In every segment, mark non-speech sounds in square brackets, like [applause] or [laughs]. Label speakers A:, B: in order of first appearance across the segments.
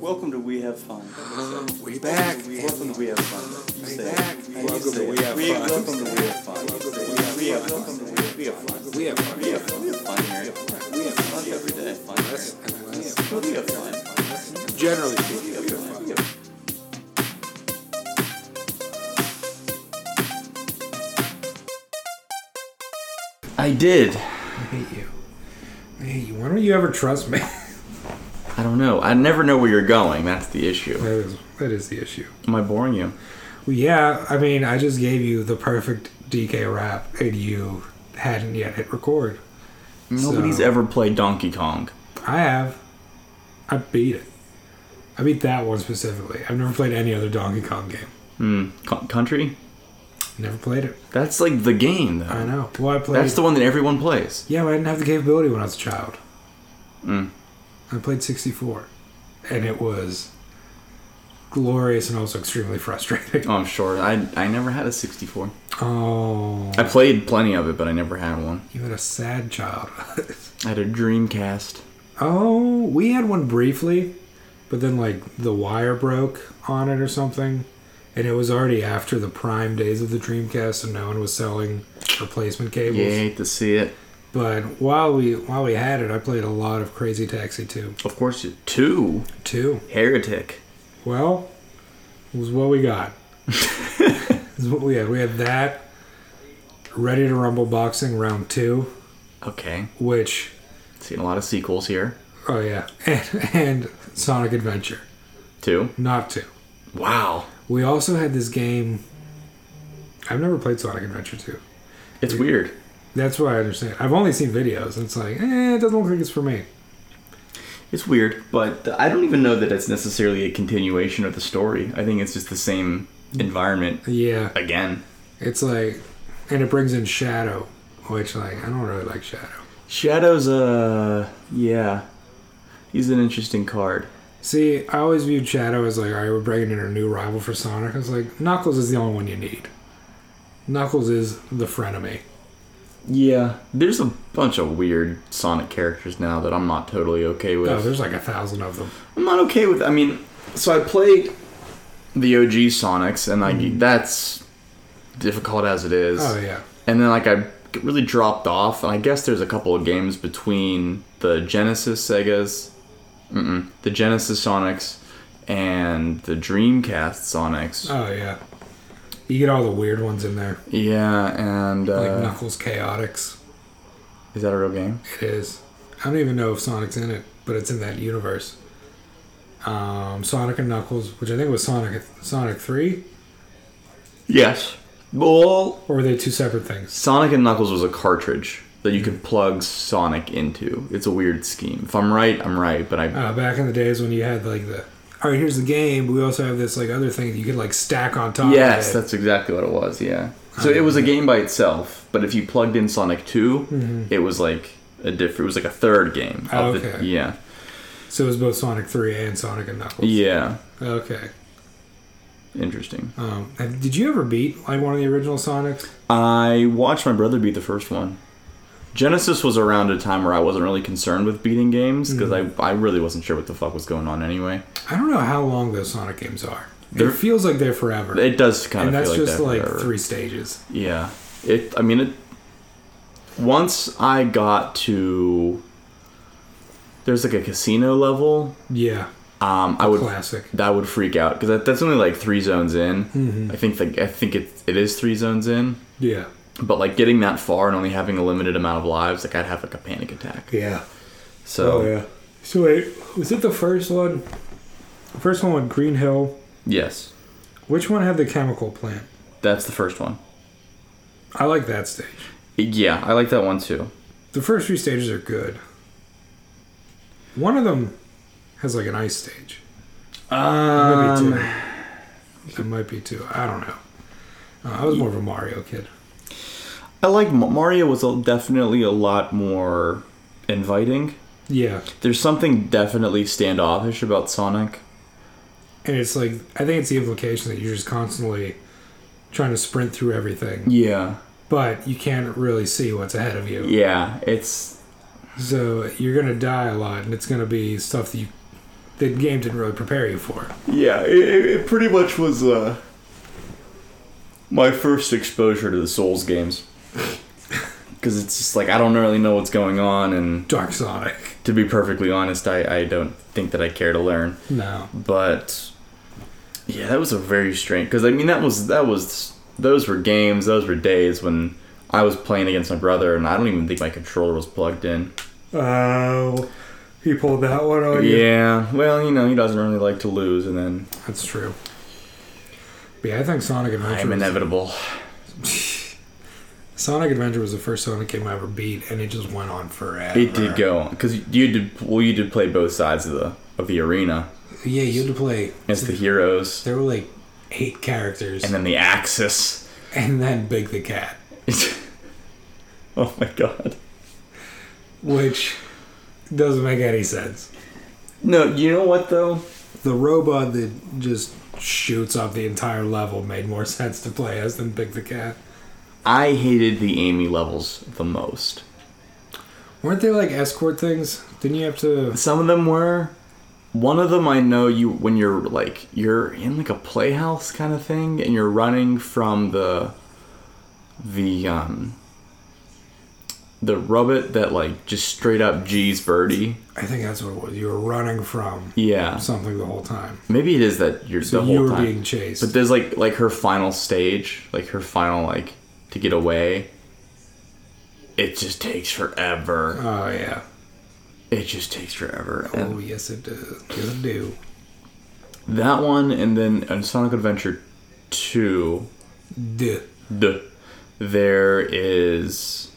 A: Welcome to We Have Fun.
B: We back.
A: Welcome to We Have Fun. You
B: We
A: say it.
B: back.
A: You
B: Welcome
A: say
B: to
A: it.
B: We Have
A: We
B: Fun.
A: welcome to We Have Fun. We have welcome to We We have fun.
B: We have fun.
A: We have fun. We have fun here. We have fun every day. Fun here. We have fun.
B: Generally speaking,
A: We have fun. We have fun.
C: I did.
B: I hate you. I hate you. Why don't you ever trust me? [laughs]
C: I don't know. I never know where you're going. That's the issue.
B: that is that is the issue.
C: Am I boring you?
B: Well, yeah, I mean, I just gave you the perfect DK rap, and you hadn't yet hit record.
C: Nobody's
B: So-
C: ever played Donkey Kong.
B: I have. I beat it. I beat that one specifically. I've never played any other Donkey Kong game.
C: Hmm. Co- country?
B: Never played it.
C: That's like the game, though.
B: I know. Well, I played.
C: That's the one that everyone plays.
B: Yeah, but I didn't have the capability when I was a child. I played 64, and it was glorious and also extremely [laughs] frustrating.
C: Oh, I'm sure. I, I never had a 64.
B: Oh,
C: I played plenty of it, but I never had one.
B: you had a sad childhood. [laughs]
C: I had a Dreamcast.
B: oh, we had one briefly, but then like the wire broke on it or something, and it was already after the prime days of the Dreamcast, so no one was selling replacement cables.
C: Yeah, I hate to see it.
B: But while we while we had it, I played a lot of Crazy Taxi 2.
C: Of course, it- two.
B: Two.
C: Heretic.
B: Well, it was what we got. It's what we had. We had that Ready to Rumble boxing round two,
C: Okay.
B: which
C: Seen a lot of sequels here.
B: oh yeah, [laughs] and, and Sonic Adventure.
C: Two.
B: Not two.
C: Wow.
B: We also had this game. I've never played Sonic Adventure two.
C: It's weird.
B: That's what I understand. I've only seen videos, and it's like, eh, it doesn't look like it's for me.
C: It's weird, but I don't even know that it's necessarily a continuation of the story. I think it's just the same environment
B: Yeah,
C: again.
B: it's like, and it brings in Shadow, which like I don't really like Shadow.
C: Shadow's uh yeah. He's an interesting card.
B: See, I always viewed Shadow as like, all right, we're bringing in a new rival for Sonic. I was like, Knuckles is the only one you need. Knuckles is the frenemy.
C: Yeah. There's a bunch of weird Sonic characters now that I'm not totally okay with.
B: Oh, there's like a thousand of them.
C: I'm not okay with I mean, so I played the OG Sonics and like that's difficult as it is.
B: Mm. Oh yeah,
C: and then like I really dropped off. And I guess there's a couple of games between the Genesis Segas, mm-mm, the Genesis Sonics, and the Dreamcast Sonics.
B: oh yeah. You get all the weird ones in there,
C: yeah, and uh,
B: like Knuckles Chaotix.
C: is that a real game?
B: It is. I don't even know if Sonic's in it, but it's in that universe. Um, Sonic and Knuckles, which I think was Sonic Sonic Three,
C: Yes. Well,
B: or were they two separate things?
C: Sonic and Knuckles was a cartridge that
B: Mm.
C: you could plug Sonic into. It's a weird scheme. If I'm right, I'm right, but I
B: Uh, back in the days when you had like the all right, here's the game, but we also have this like other thing that you could like stack on top.
C: Yes,
B: of it.
C: that's exactly what it was. Yeah. So it was a game by itself, but if you plugged in Sonic 2 it was like a different. It was like a third game. of the-
B: Mm-hmm. Okay.
C: yeah.
B: So it was both Sonic 3 and Sonic and Knuckles.
C: Yeah.
B: Okay.
C: Interesting.
B: Um, and did you ever beat like one of the original Sonics?
C: I watched my brother beat the first one. Genesis was around a time where I wasn't really concerned with beating games because
B: Mm-hmm.
C: I, I really wasn't sure what the fuck was going on anyway.
B: I don't know how long those Sonic games are.
C: They're-
B: it feels like they're forever.
C: It does kind
B: and
C: of
B: that's
C: feel like
B: just
C: that
B: like
C: forever.
B: three stages.
C: Yeah. It. I mean, it. Once I got to, there's like a casino level
B: Yeah.
C: Um, I would
B: Classic.
C: that would freak out because that, that's only like three zones in. I think like I think it it is three zones in,
B: Yeah.
C: but like getting that far and only having a limited amount of lives, like I'd have like a panic attack.
B: Yeah.
C: So
B: Oh, So wait, was it the first one? The first one with Green Hill.
C: yes,
B: Which one had the chemical plant?
C: that's the first one.
B: I like that stage.
C: Yeah, I like that one too.
B: The first three stages are good. One of them has like an ice stage.
C: Um,
B: Maybe two. It might be two. I don't know. Uh, I was more of a Mario kid.
C: I like Ma- Mario was a, definitely a lot more inviting.
B: Yeah,
C: There's something definitely standoffish about Sonic.
B: and it's like I think it's the implication that you're just constantly trying to sprint through everything,
C: Yeah,
B: but you can't really see what's ahead of you.
C: yeah, it's
B: So you're gonna die a lot, and it's gonna be stuff that you the game didn't really prepare you for.
C: Yeah, it, it it pretty much was uh, my first exposure to the Souls games. Because it's just like, I don't really know what's going on, and
B: Dark Sonic.
C: to be perfectly honest, I, I don't think that I care to learn.
B: No.
C: But yeah, that was a very strange. Because I mean, that was that was those were games, those were days when I was playing against my brother, and I don't even think my controller was plugged in.
B: Oh, he pulled that one on you.
C: Yeah, well, you know, he doesn't really like to lose, and then
B: That's true. But yeah, I think Sonic Adventure.
C: I'm
B: was-
C: inevitable.
B: Sonic Adventure was the first Sonic game I ever beat, and it just went on forever.
C: It did go on because you did well. You did play both sides of the of the arena
B: Yeah, you had to play.
C: as the heroes,
B: There were like eight characters,
C: and
B: [laughs] and,
C: then the Axis. [laughs]
B: then Big the Cat,
C: oh my god.
B: which doesn't make any sense.
C: No, you know what though?
B: The robot that just shoots up the entire level made more [laughs] sense to play as than Big the Cat.
C: I hated the Amy levels the most.
B: Weren't they like escort things? Didn't you have to?
C: Some of them were. One of them I know you when you're like you're in like a playhouse kind of thing and you're running from the the um the robot that like just straight up G's Birdie.
B: I think that's what it was. You were running from
C: Yeah.
B: something the whole time.
C: Maybe it is that you're the whole
B: you were
C: time.
B: being chased.
C: But there's like like her final stage, like her final like to get away. It just takes forever.
B: oh yeah.
C: It just takes forever.
B: Oh
C: And
B: yes, it does. Yes, it do.
C: that one, and then on Sonic Adventure Two,
B: Duh.
C: duh, there is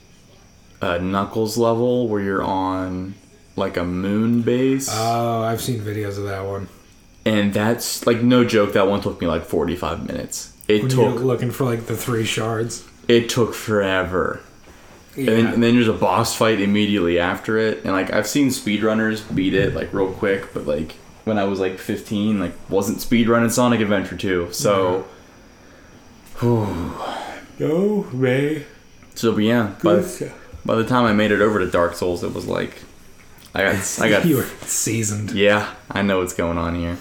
C: a Knuckles level where you're on like a moon base,
B: Oh, I've seen videos of that one.
C: and that's like no joke. That one took me like 45 minutes. It
B: When
C: took
B: you're looking for like the three shards.
C: it took forever. And, then, and then there's a boss fight immediately after it. And like I've seen speedrunners beat it like real quick, but like when I was like 15, like wasn't speedrunning Sonic Adventure 2. So
B: No way.
C: so but yeah, by, by the time I made it over to Dark Souls, it was like I
B: [laughs]
C: got I got
B: you were seasoned.
C: yeah, I know what's going on here.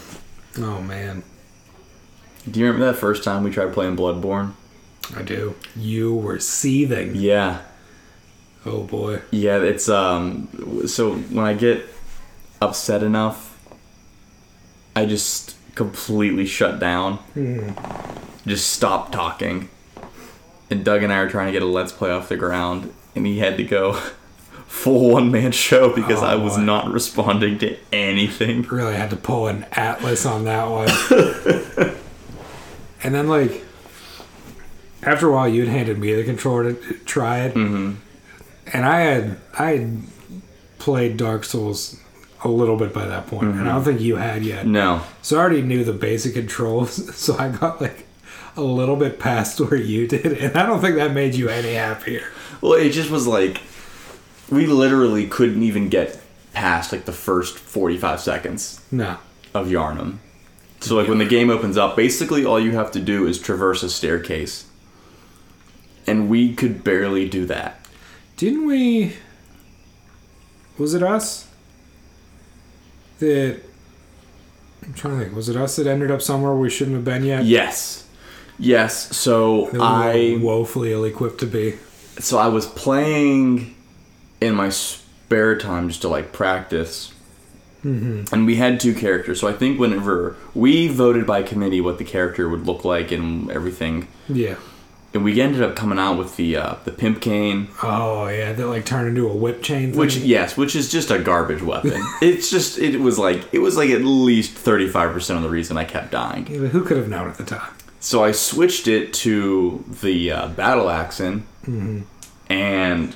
B: Oh man,
C: Do you remember that first time we tried playing Bloodborne?
B: I do. You were seething.
C: Yeah.
B: Oh boy.
C: Yeah, it's um. So when I get upset enough, I just completely shut down, just stop talking. And Doug and I are trying to get a let's play off the ground, and he had to go [laughs] full one man show because I was
B: boy.
C: not responding to anything.
B: Really had to pull an atlas on that one. and then like, after a while, you'd handed me the controller to try it, and I had I had played Dark Souls a little bit by that point, and I don't think you had yet.
C: No,
B: So I already knew the basic controls, [laughs] so I got like a little bit past where you did, and I don't think that made you any happier.
C: well, it just was like we literally couldn't even get past like the first forty-five seconds.
B: No.
C: of Yarnum. So like when the game opens up, basically all you have to do is traverse a staircase. And we could barely do that.
B: Didn't we? Was it us that? I'm trying to think. Was it us that ended up somewhere we shouldn't have been yet?
C: Yes. Yes. So
B: That we were
C: I
B: woefully ill equipped to be.
C: so I was playing in my spare time just to like practice. And we had two characters. So I think whenever we voted by committee what the character would look like and everything,
B: Yeah.
C: and we ended up coming out with the uh, the pimp cane
B: Oh yeah, that like turned into a whip chain thing.
C: Which yes, which is just a garbage weapon. it's just it was like it was like at least thirty five percent of the reason I kept dying.
B: Yeah, but who could have known at the time?
C: So I switched it to the uh, battle axon, and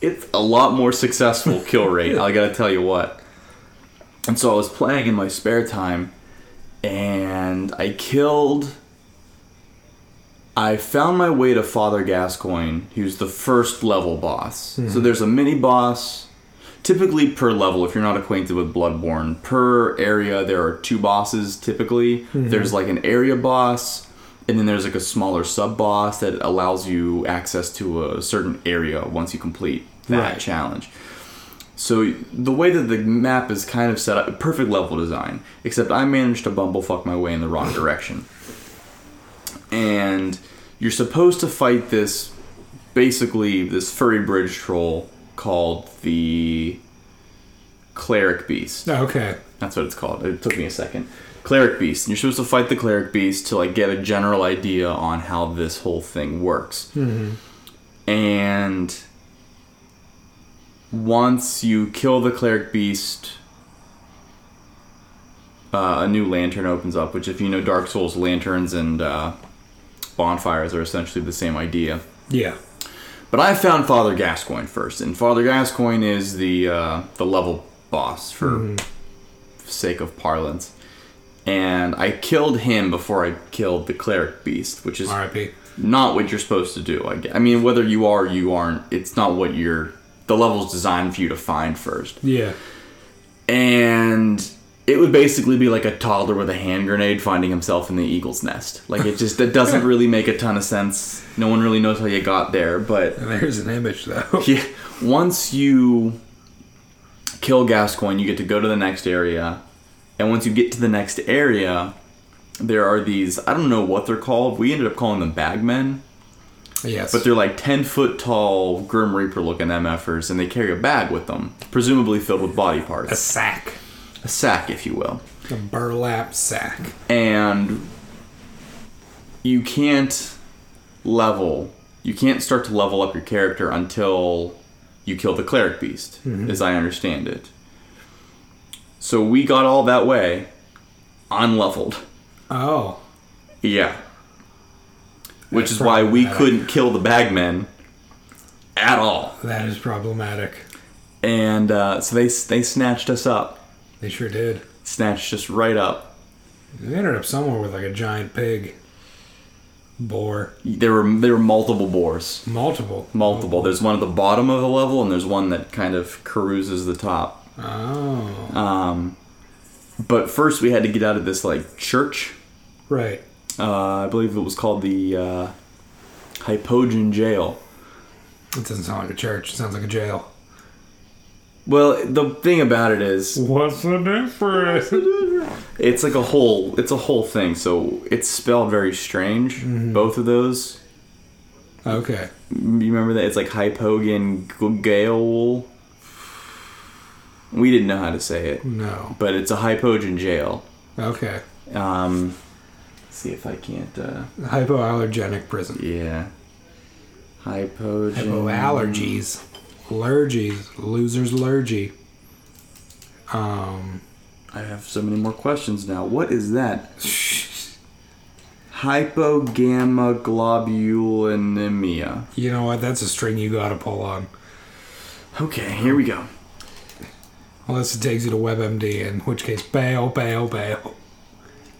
C: it's a lot more successful kill rate. I gotta tell you what. And so I was playing in my spare time, and I killed. I found my way to Father Gascoigne, who's the first level boss. So there's a mini boss, typically per level if you're not acquainted with bloodborne per area there are two bosses typically there's like an area boss and then there's like a smaller sub boss that allows you access to a certain area once you complete that
B: Right.
C: challenge So the way that the map is kind of set up, perfect level design. Except I managed to bumblefuck my way in the wrong direction. And you're supposed to fight this, basically this furry bridge troll called the cleric beast.
B: Oh, okay.
C: That's what it's called. It took me a second. Cleric Beast. And you're supposed to fight the Cleric Beast to like get a general idea on how this whole thing works. And once you kill the Cleric Beast, uh, a new lantern opens up. Which, if you know Dark Souls, lanterns and uh, bonfires are essentially the same idea.
B: Yeah.
C: But I found Father Gascoigne first, and Father Gascoigne is the uh, the level boss for sake of parlance. And I killed him before I killed the cleric beast, which is
B: R.I.P.
C: not what you're supposed to do. I, gue- I mean, whether you are or you aren't, it's not what you're. The level's designed for you to find first,
B: Yeah.
C: and it would basically be like a toddler with a hand grenade finding himself in the eagle's nest. Like it just it doesn't really make a ton of sense. No one really knows how you got there, but
B: There's an image [laughs] though.
C: yeah. Once you kill Gascoigne, you get to go to the next area. And once you get to the next area, there are these I don't know what they're called. We ended up calling them bagmen.
B: Yes.
C: But they're like 10 foot tall Grim Reaper looking MFers, and they carry a bag with them, presumably filled with body
B: a
C: parts.
B: sack,
C: A sack, if you will.
B: a burlap sack.
C: and you can't level you can't start to level up your character until you kill the cleric beast as i understand it so we got all that way unleveled
B: Oh.
C: yeah which is
B: That's
C: why we
B: problematic.
C: couldn't kill the bagmen at all
B: That is problematic.
C: and uh, so they they snatched us up
B: They sure did.
C: snatched us right up
B: They ended up somewhere with like a giant pig, boar,
C: there were there were multiple boars
B: multiple.
C: multiple. There's one at the bottom of the level, and there's one that kind of carouses the top.
B: Oh.
C: But first, we had to get out of this like church.
B: right.
C: Uh, I believe it was called the uh, Hypogean Jail.
B: It doesn't sound like a church. It sounds like a jail.
C: Well, the thing about it is,
B: What's the difference?
C: it's like a whole, it's a whole thing. So it's spelled very strange. Both of those.
B: okay.
C: You remember that? It's like Hypogean Gael. We didn't know how to say it,
B: No.
C: but it's a Hypogean Jail.
B: Okay.
C: Um, see if I can't. Uh,
B: Hypoallergenic prison.
C: Yeah. Hypogen.
B: Hypoallergies. Lurgies. Loser's lurgy. Um.
C: I have so many more questions now. What is that? Hypogammaglobulinemia.
B: [laughs] You know what? That's a string you gotta pull on.
C: Okay, here we go.
B: Unless it takes you to WebMD, in which case, bail, bail, bail.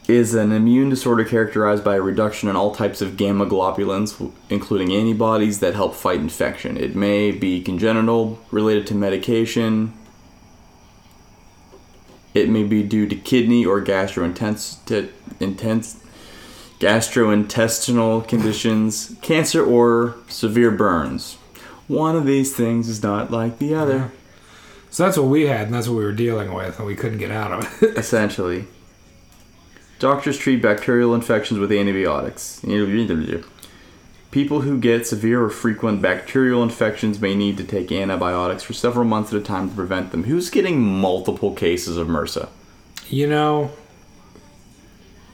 C: Is an immune disorder characterized by a reduction in all types of gamma globulins, w- including antibodies that help fight infection. It may be congenital, related to medication. It may be due to kidney or gastrointestinal intense gastrointestinal conditions, cancer, or severe burns. One of these things is not like the other.
B: So that's what we had, and that's what we were dealing with, and we couldn't get out of it. [laughs]
C: essentially. Doctors treat bacterial infections with antibiotics. People who get severe or frequent bacterial infections may need to take antibiotics for several months at a time to prevent them. Who's getting multiple cases of MRSA?
B: you know,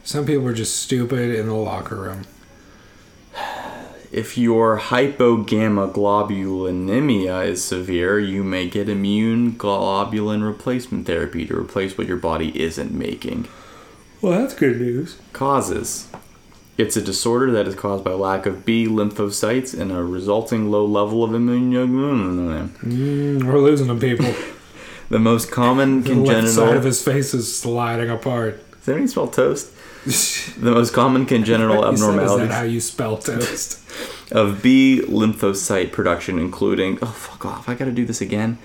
B: some people are just stupid in the locker room.
C: If your hypogammaglobulinemia is severe, you may get immune globulin replacement therapy to replace what your body isn't making.
B: Well, that's good news.
C: Causes. It's a disorder that is caused by lack of B lymphocytes and a resulting low level of immune.
B: Mm, We're losing
C: [laughs]
B: them, people.
C: The most common
B: [laughs] the left side
C: congenital.
B: of his face is sliding apart.
C: Does anybody spell
B: [laughs]
C: toast? The most common congenital
B: He said, Is that how
C: abnormalities
B: you spell toast?
C: of B lymphocyte production, including oh fuck off, I gotta do this again.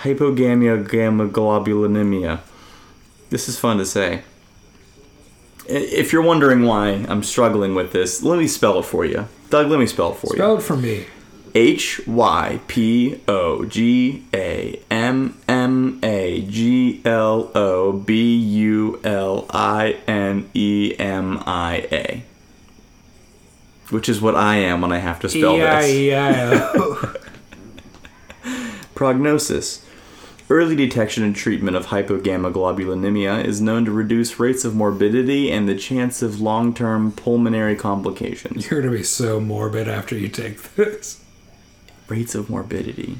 C: Hypogammia gamma globulinemia. This is fun to say. I- If you're wondering why I'm struggling with this, let me spell it for you. Doug, let me spell it for you.
B: spell it for me.
C: H Y P O G A M M A G L O B U L I N E M I A. Which is what I am when I have to spell
B: E
C: this.
B: [laughs] E-I-E-I-O.
C: Prognosis. Early detection and treatment of hypogammaglobulinemia is known to reduce rates of morbidity and the chance of long term pulmonary complications.
B: You're gonna be so morbid after you take this.
C: Rates of morbidity.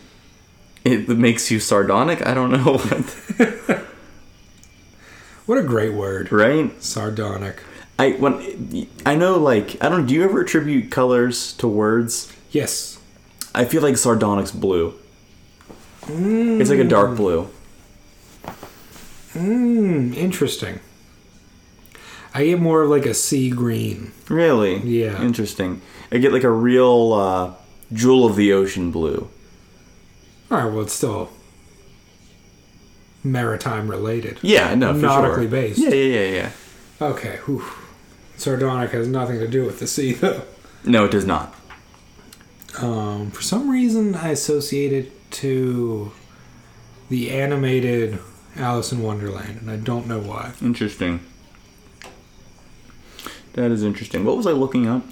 C: It makes you sardonic? I don't know [laughs] what.
B: What a great word.
C: Right?
B: Sardonic.
C: I when I know like I don't do you ever attribute colors to words?
B: Yes.
C: I feel like sardonic's blue. It's like a
B: Mm.
C: dark blue.
B: Hmm, interesting. I get more of like a sea green.
C: Really?
B: Yeah.
C: Interesting. I get like a real uh, jewel of the ocean blue.
B: All right, well, it's still maritime related.
C: Yeah, no, for
B: Nautically
C: sure.
B: based.
C: Yeah, yeah, yeah, yeah.
B: Okay, whew. Sardonic has nothing to do with the sea, [laughs] though.
C: No, it does not.
B: Um, for some reason, I associate it to the animated Alice in Wonderland, and I don't know why.
C: Interesting. That is interesting. What was I looking up?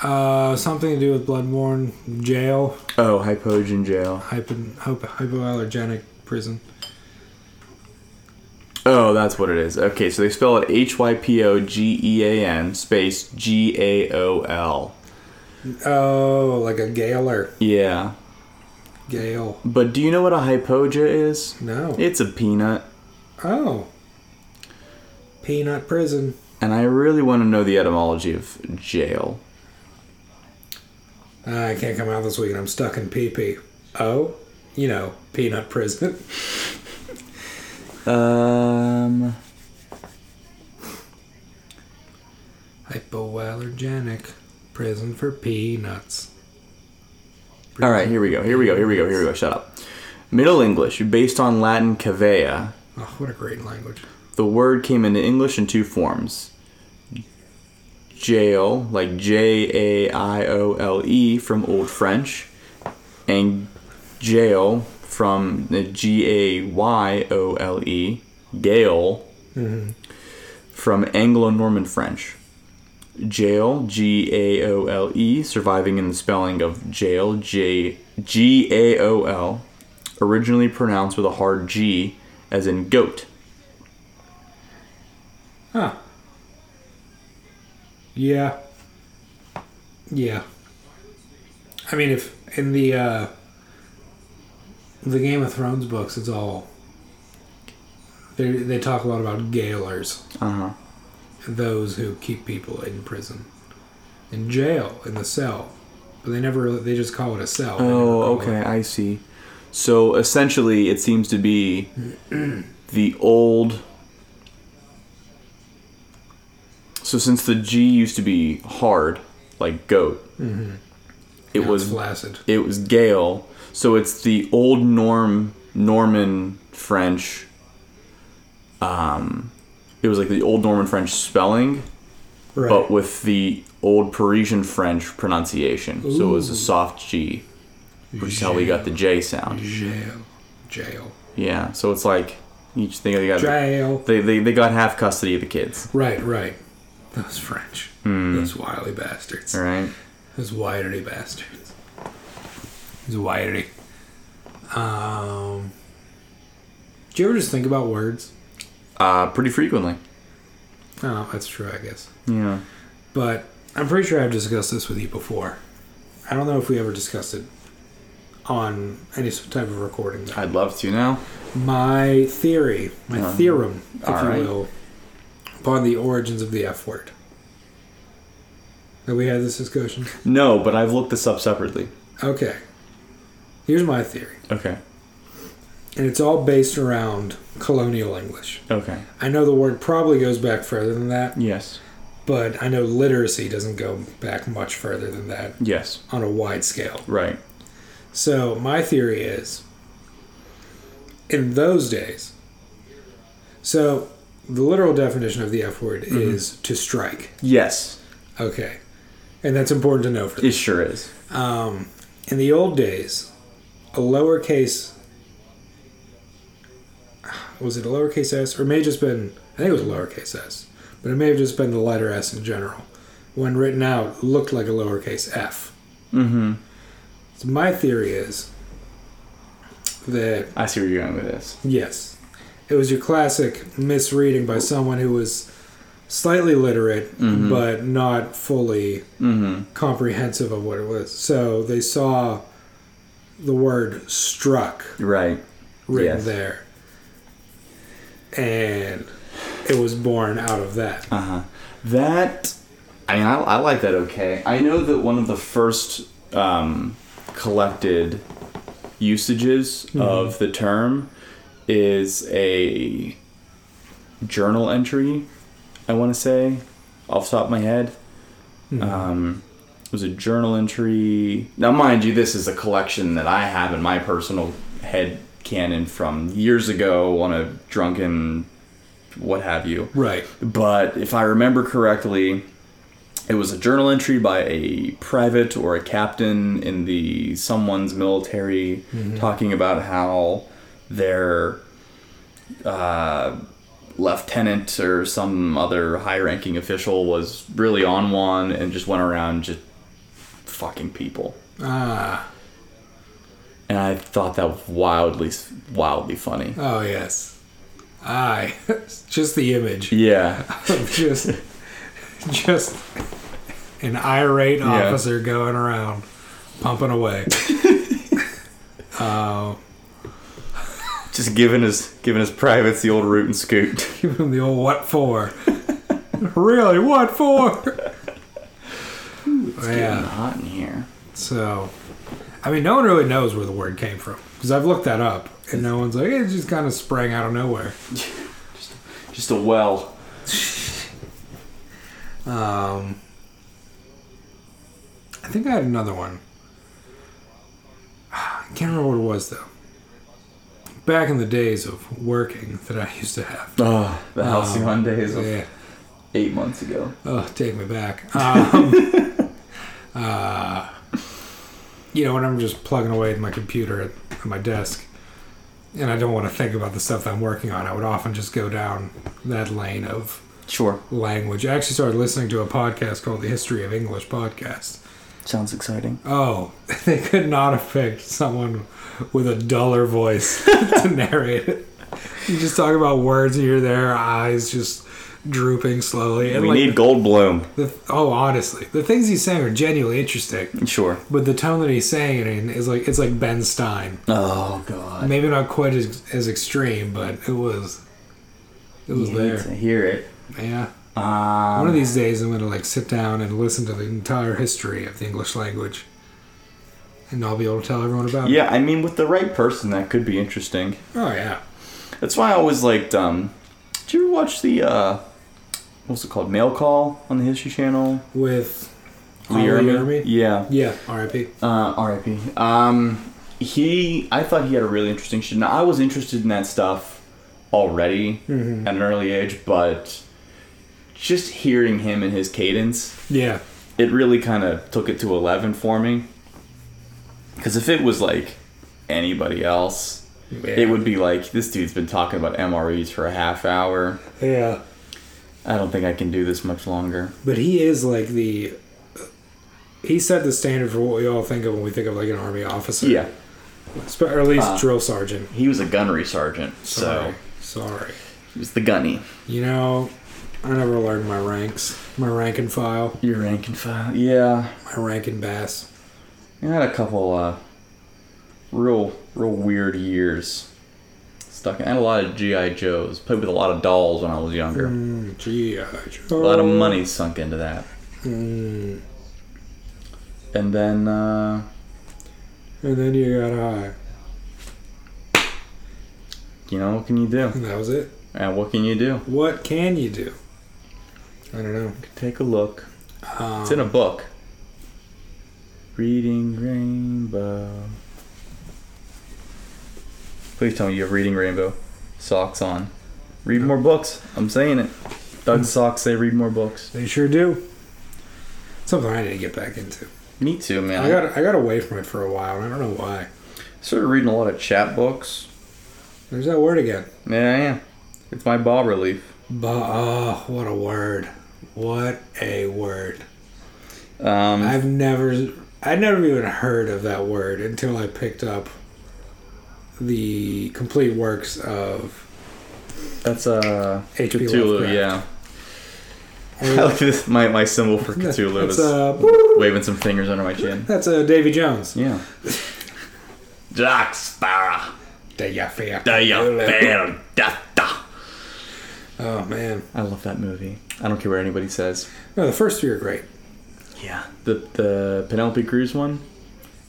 B: Uh, something to do with Bloodborne, jail,
C: Oh, hypogen jail.
B: hypo, hypo, hypoallergenic prison.
C: Oh, that's what it is. Okay, so they spell it H Y P O G E A N space G A O L.
B: Oh, like a gaoler.
C: Yeah.
B: Gale.
C: But do you know what a hypogia is?
B: No.
C: It's a peanut.
B: Oh. Peanut prison.
C: And I really want to know the etymology of jail.
B: Uh, I can't come out this week and I'm stuck in pee pee. Oh? You know, peanut prison.
C: Um,
B: Hypoallergenic prison for peanuts.
C: all right, here we go. Here we go. Here we go. Here we go. Shut up. Middle English, based on Latin cavea,
B: Oh, what a great language.
C: the word came into English in two forms. Jail, like J A I O L E from Old French, and jail from the G A Y O L E, Gale, from Anglo Norman French. Jail, G A O L E, surviving in the spelling of jail, J G A O L, originally pronounced with a hard G, as in goat.
B: Huh. Yeah. Yeah. I mean, if in the uh, the Game of Thrones books, it's all they they talk a lot about gaolers,
C: Uh huh.
B: those who keep people in prison, in jail, in the cell, but they never they just call it a cell. They never
C: Oh,
B: call it-
C: okay, I see. So essentially, it seems to be the old. So since the G used to be hard, like goat, it
B: Now it's
C: was
B: flaccid.
C: it was Gael. So it's the old Norm Norman French. Um, it was like the old Norman French spelling,
B: Right.
C: but with the old Parisian French pronunciation. So it was
B: Ooh.
C: a soft G, which is how we got the J sound.
B: jail, jail,
C: Yeah. So it's like each thing they got.
B: jail.
C: They, they, they got half custody of the kids.
B: Right, right. Those French,
C: Hmm.
B: those wily bastards.
C: All right.
B: Those wiry bastards. Those wiry. Um, do you ever just think about words?
C: Uh, pretty frequently.
B: Oh, that's true, I guess.
C: Yeah.
B: But I'm pretty sure I've discussed this with you before. I don't know if we ever discussed it on any sort of type of recording. Though.
C: I'd love to now.
B: My theory, my theorem, if you
C: all right.
B: will, upon the origins of the F word. Have we had this discussion?
C: No, but I've looked this up separately.
B: Okay. Here's my theory.
C: Okay.
B: and it's all based around colonial English.
C: Okay.
B: I know the word probably goes back further than that,
C: Yes.
B: but I know literacy doesn't go back much further than that
C: Yes.
B: on a wide scale.
C: Right.
B: So, my theory is in those days, so the literal definition of the F word is to strike.
C: Yes.
B: Okay. And that's important to know for
C: It sure is.
B: Um, in the old days, a lowercase was it a lowercase s or it may have just been I think it was a lowercase s, but it may have just been the letter s in general. When written out, looked like a lowercase f.
C: Mm-hmm.
B: So my theory is that
C: I see where you're going with this.
B: Yes. It was your classic misreading by someone who was slightly literate
C: Mhm.
B: but not fully
C: Mm-hmm.
B: comprehensive of what it was. So they saw the word struck
C: Right.
B: written
C: Yes.
B: there. And it was born out of that.
C: Uh huh. That. I mean, I, I like that. Okay. I know that one of the first um, collected usages of the term is a journal entry. I want to say, off the top of my head, um, it was a journal entry. Now, mind you, this is a collection that I have in my personal head canon from years ago on a drunken, what have you
B: Right.
C: but if I remember correctly, it was a journal entry by a private or a captain in the someone's military talking about how their uh, lieutenant or some other high ranking official was really on one and just went around just fucking people.
B: Ah.
C: And I thought that was wildly, wildly funny.
B: Oh, yes. I. [laughs] Just the image. [laughs]
C: Yeah.
B: just just an irate
C: Yeah.
B: officer going around pumping away.
C: Just giving his giving his privates the old root and scoot. [laughs]
B: Give him the old what for? [laughs] really, what for?
C: Getting
B: yeah.
C: hot in here.
B: So, I mean, no one really knows where the word came from because I've looked that up and no one's like, it just kind of sprang out of nowhere.
C: Just a well.
B: Um, I think I had another one. [sighs] I can't remember what it was though. Back in the days of working that I used to have.
C: Oh, the Halcyon days of
B: Yeah.
C: eight months ago.
B: Oh, take me back. Um, [laughs] uh, you know, when I'm just plugging away at my computer at, at my desk, and I don't want to think about the stuff that I'm working on, I would often just go down that lane of
C: Sure.
B: language. I actually started listening to a podcast called The History of English Podcast.
C: Sounds exciting.
B: Oh, [laughs] they could not have picked someone with a duller voice [laughs] to narrate it. You just talk about words and you're there, eyes just drooping slowly. And
C: we
B: like
C: need Goldblum.
B: the, oh, honestly, the things he's saying are genuinely interesting,
C: Sure.
B: but the tone that he's saying it in is like it's like Ben Stein.
C: Oh God.
B: Maybe not quite as, as extreme, but it was it was there.
C: hear it.
B: Yeah.
C: Um,
B: One of these days, I'm gonna like sit down and listen to the entire history of the English language, and I'll be able to tell everyone about it.
C: Yeah, I mean, with the right person, that could be interesting.
B: Oh yeah.
C: That's why I always liked. Um, did you ever watch the uh, what's it called, Mail Call on the History Channel?
B: With
C: Lee
B: Harley
C: Ermey?
B: Ermey?
C: Yeah.
B: Yeah. R.I.P.
C: Uh, R.I.P. Um, he, I thought he had a really interesting shit. Now I was interested in that stuff already at an early age, but just hearing him and his cadence,
B: Yeah.
C: it really kind of took it to eleven for me. Because if it was like anybody else, it would be like this dude's been talking about MREs for a half hour.
B: Yeah.
C: I don't think I can do this much longer.
B: But he is like the. He set the standard for what we all think of when we think of like an army officer.
C: Yeah,
B: Spe- Or at least
C: Uh,
B: drill sergeant.
C: he was a gunnery sergeant, so
B: Sorry. Sorry.
C: he was the gunny.
B: You know, I never learned my ranks, my rank and file,
C: Your rank and file. Yeah,
B: my rank and bass.
C: I had a couple uh, real, real weird years stuck. In. I had a lot of GI Joes. Played with a lot of dolls when I was younger.
B: Mm, gee, I-
C: A lot of money sunk into that.
B: Mm.
C: And then, uh,
B: And then you got high.
C: you know, what can you do?
B: And that was it.
C: And what can you do?
B: What can you do? I don't know.
C: Take a look.
B: Um,
C: It's in a book. Uh-huh. Reading Rainbow. Please tell me you have Reading Rainbow socks on. Read more books. I'm saying it. Doug's socks say read more books.
B: They sure do. Something I need to get back into.
C: Me too, man.
B: I got I got away from it for a while. and I don't know why.
C: started reading a lot of chapbooks
B: There's that word again.
C: Yeah, yeah. It's my bas relief.
B: Ba oh, what a word. What a word.
C: Um,
B: I've never I'd never even heard of that word until I picked up the complete works of
C: that's uh,
B: H.P.
C: Cthulhu.
B: Lovecraft.
C: Yeah. [laughs] I like this. My, my symbol [laughs] for Cthulhu
B: [laughs]
C: is
B: That's a
C: waving some fingers under my chin.
B: that's a Davy
C: [laughs]
B: Jones.
C: Yeah. Jack Sparrow.
B: Davy
C: I
B: Oh man,
C: love that movie. I don't care what anybody says.
B: no, the first three are great.
C: Yeah. The the Penelope Cruz one.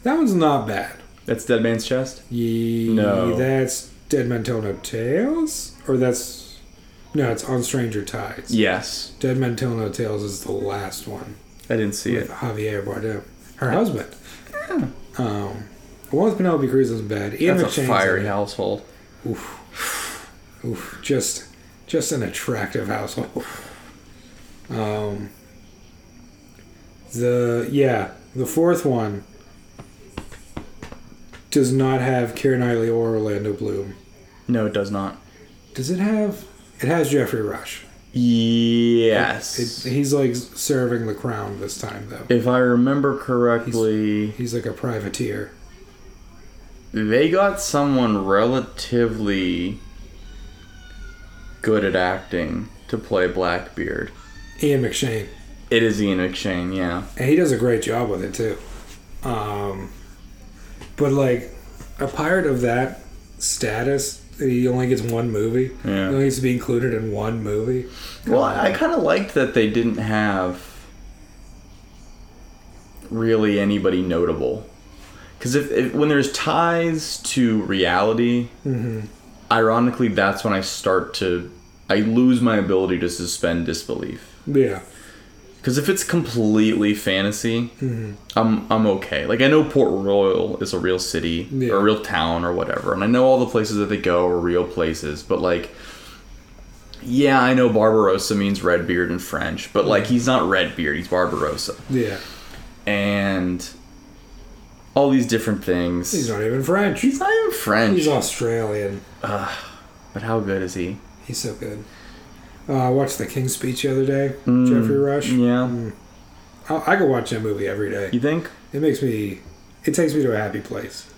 B: That one's not bad.
C: That's Dead Man's Chest.
B: Ye-
C: No.
B: That's Dead Men Tell No Tales? Or that's. No, it's On Stranger Tides.
C: Yes.
B: Dead Men Tell No Tales is the last one
C: I didn't see
B: with
C: it.
B: Javier Bardem. Her husband. Um, the one with Penelope Cruz is bad. Ian
C: That's a
B: McShane's
C: fiery
B: in it.
C: household.
B: Oof. Oof. Just, just an attractive household. Um, the yeah, the fourth one does not have Keira Knightley or Orlando Bloom.
C: No, it does not.
B: Does it have? It has Jeffrey Rush. It,
C: Yes.
B: he's like serving the crown this time though.
C: if I remember correctly,
B: He's like a privateer.
C: they got someone relatively good at acting to play Blackbeard.
B: Ian McShane,
C: It is Ian McShane, yeah.
B: and he does a great job with it too. Um, but like a pirate of that status, he only gets one movie.
C: Yeah.
B: He only gets to be included in one movie.
C: Well, I, I kind of liked that they didn't have really anybody notable. Because if, if when there's ties to reality, ironically, that's when I start to I lose my ability to suspend disbelief.
B: Yeah,
C: Because if it's completely fantasy,
B: Mm-hmm.
C: I'm I'm okay. Like I know Port Royal is a real city
B: Yeah.
C: or a real town or whatever, and I know all the places that they go are real places. But like, yeah, I know Barbarossa means red beard in French, but like he's not red beard, he's Barbarossa,
B: yeah.
C: and all these different things.
B: He's not even French.
C: He's not even French.
B: He's Australian.
C: but how good is he?
B: He's so good. Uh, I watched The King's Speech the other day. Jeffrey Rush.
C: Mm. Yeah,
B: Mm. I, I could watch that movie every day.
C: you think
B: It makes me. It takes me to a happy place.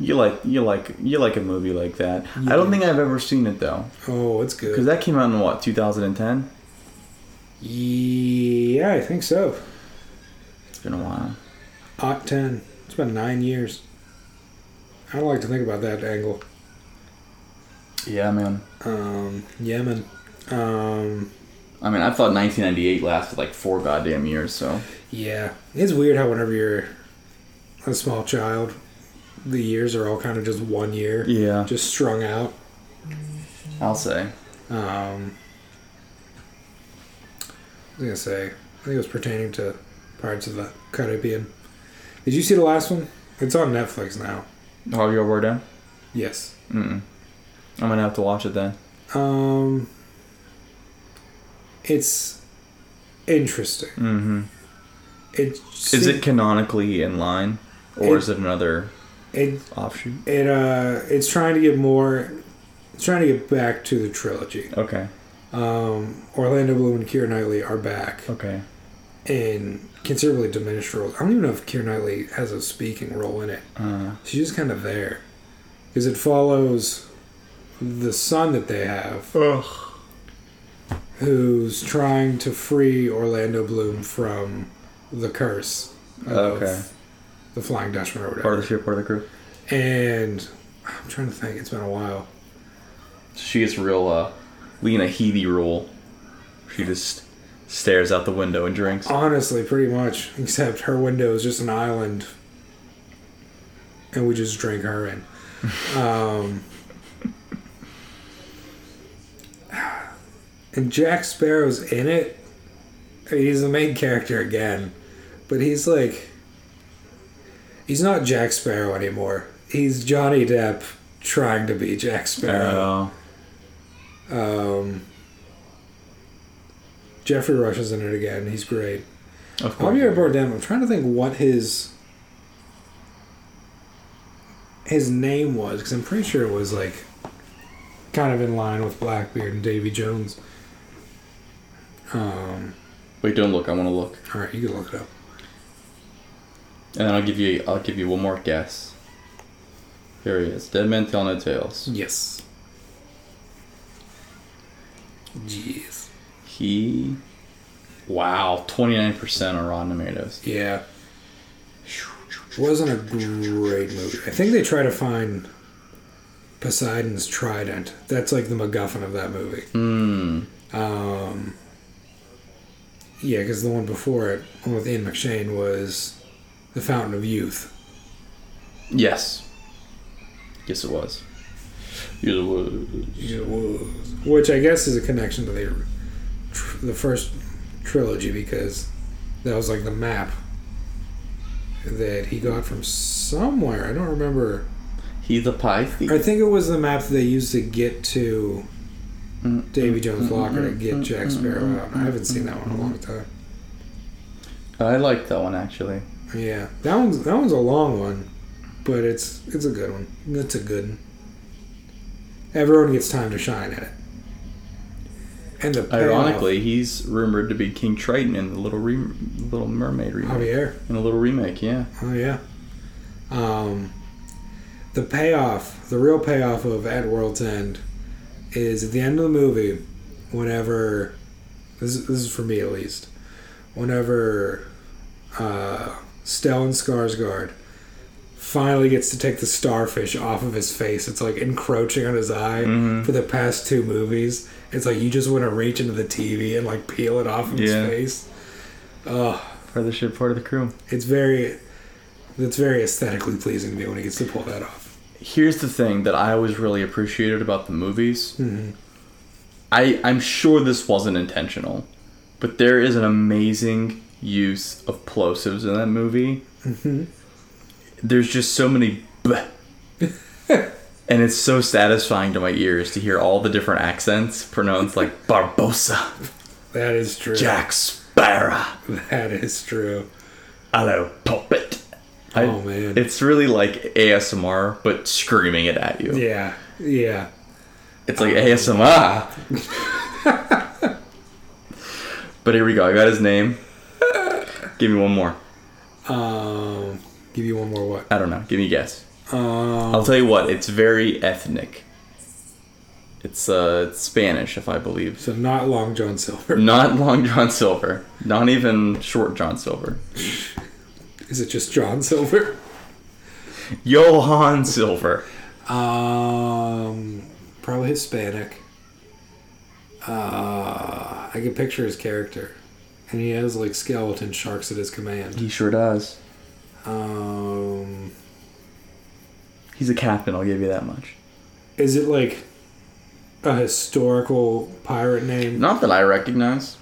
C: you like you like you like a movie like that? I don't think I've ever seen it though,
B: Oh, it's
C: because
B: good.
C: that came out in what 2010.
B: Yeah, I think so.
C: It's been a while.
B: Ot 10. It's been nine years. I don't like to think about that angle.
C: Yeah, man.
B: Um, Yemen. Um,
C: I mean, I thought 1998 lasted like four goddamn years, so.
B: yeah. It's weird how whenever you're a small child, the years are all kind of just one year.
C: Yeah.
B: Just strung out.
C: I'll say.
B: Um, I was going to say, I think it was pertaining to Pirates of the Caribbean. Did you see the last one? It's on Netflix now.
C: Javier Bardem?
B: Yes.
C: eh? Mm-mm. I'm gonna have to watch it then.
B: Um, it's interesting.
C: Mm-hmm.
B: It
C: Is
B: se-
C: it canonically in line? Or
B: It-
C: is it another
B: it
C: offshoot?
B: it uh it's trying to get more it's trying to get back to the trilogy.
C: Okay.
B: Um, Orlando Bloom and Keira Knightley are back
C: Okay.
B: in considerably diminished roles. I don't even know if Keira Knightley has a speaking role in it.
C: Uh,
B: She's just kind of there because it follows the son that they have,
C: Ugh.
B: who's trying to free Orlando Bloom from the curse. Of
C: Okay.
B: The Flying Dutchman or
C: Part
B: whatever.
C: of the ship, part of the crew.
B: And I'm trying to think. It's been a while.
C: She is real, uh, Lena Headey rule. She just stares out the window and drinks.
B: Honestly, pretty much. Except her window is just an island, and we just drink her in. Um, and Jack Sparrow's in it. He's the main character again, but he's like, he's not Jack Sparrow anymore. He's Johnny Depp trying to be Jack Sparrow.
C: Oh.
B: Um, Jeffrey Rush is in it again. He's great.
C: of course.
B: Javier Bardem. I'm trying to think what his his name was because I'm pretty sure it was like kind of in line with Blackbeard and Davy Jones. Um,
C: Wait, don't look. I want to look,
B: all right, you can look it up.
C: and then I'll give you. I'll give you one more guess. Here he is. Dead men tell no tales.
B: Yes. Jeez.
C: He. Wow, twenty nine percent on Rotten Tomatoes.
B: Yeah. Wasn't a great movie. I think they try to find Poseidon's trident. That's like the MacGuffin of that movie.
C: Hmm.
B: Um, yeah, because the one before it, one with Ian McShane, was The Fountain of Youth.
C: Yes. Yes, it was. Yes, it was.
B: Which I guess is a connection to the tr- the first trilogy because that was like the map that he got from somewhere. I don't remember.
C: He the Python.
B: I think it was the map that they used to get to Davy Jones' locker to get Jack Sparrow out. I haven't seen that one in a long time.
C: I like that one actually.
B: Yeah, that one's that one's a long one, but it's it's a good one. It's a good. One. Everyone gets time to shine in it. And the payoff-
C: Ironically, he's rumored to be King Triton in the Little re- Little Mermaid remake.
B: Javier.
C: In a little remake, yeah.
B: Oh yeah. Um, the payoff, the real payoff of At World's End, is at the end of the movie. Whenever this is, this is for me at least, whenever uh, Stellan Skarsgård finally gets to take the starfish off of his face, it's like encroaching on his eye for the past two movies. It's like you just want to reach into the TV and like peel it off of
C: Yeah.
B: his face. Ugh.
C: For the ship part of the crew.
B: It's very, it's very aesthetically pleasing to me when he gets to pull that off.
C: Here's the thing that I always really appreciated about the movies.
B: Mhm.
C: I I'm sure this wasn't intentional, but there is an amazing use of plosives in that movie. There's just so many. B- And it's so satisfying to my ears to hear all the different accents pronounced like Barbosa,
B: That is true.
C: Jack Sparrow.
B: That is true.
C: Hello, puppet. I-
B: Oh, man.
C: It's really like ASMR, but screaming it at you.
B: Yeah, yeah.
C: It's like ASMR. but here we go. I got his name. Give me one more.
B: Um, give you one more what?
C: I don't know. Give me a guess.
B: Um,
C: I'll tell you what. It's very ethnic. It's uh, it's Spanish, if I believe.
B: so not Long John Silver.
C: Not Long John Silver. Not even Short John Silver.
B: Is it just John Silver?
C: Johan Silver.
B: Um, probably Hispanic. Uh, I can picture his character, and he has like skeleton sharks at his command.
C: He sure does.
B: Um,
C: He's a captain. I'll give you that much.
B: is it like a historical pirate name?
C: Not that I recognize.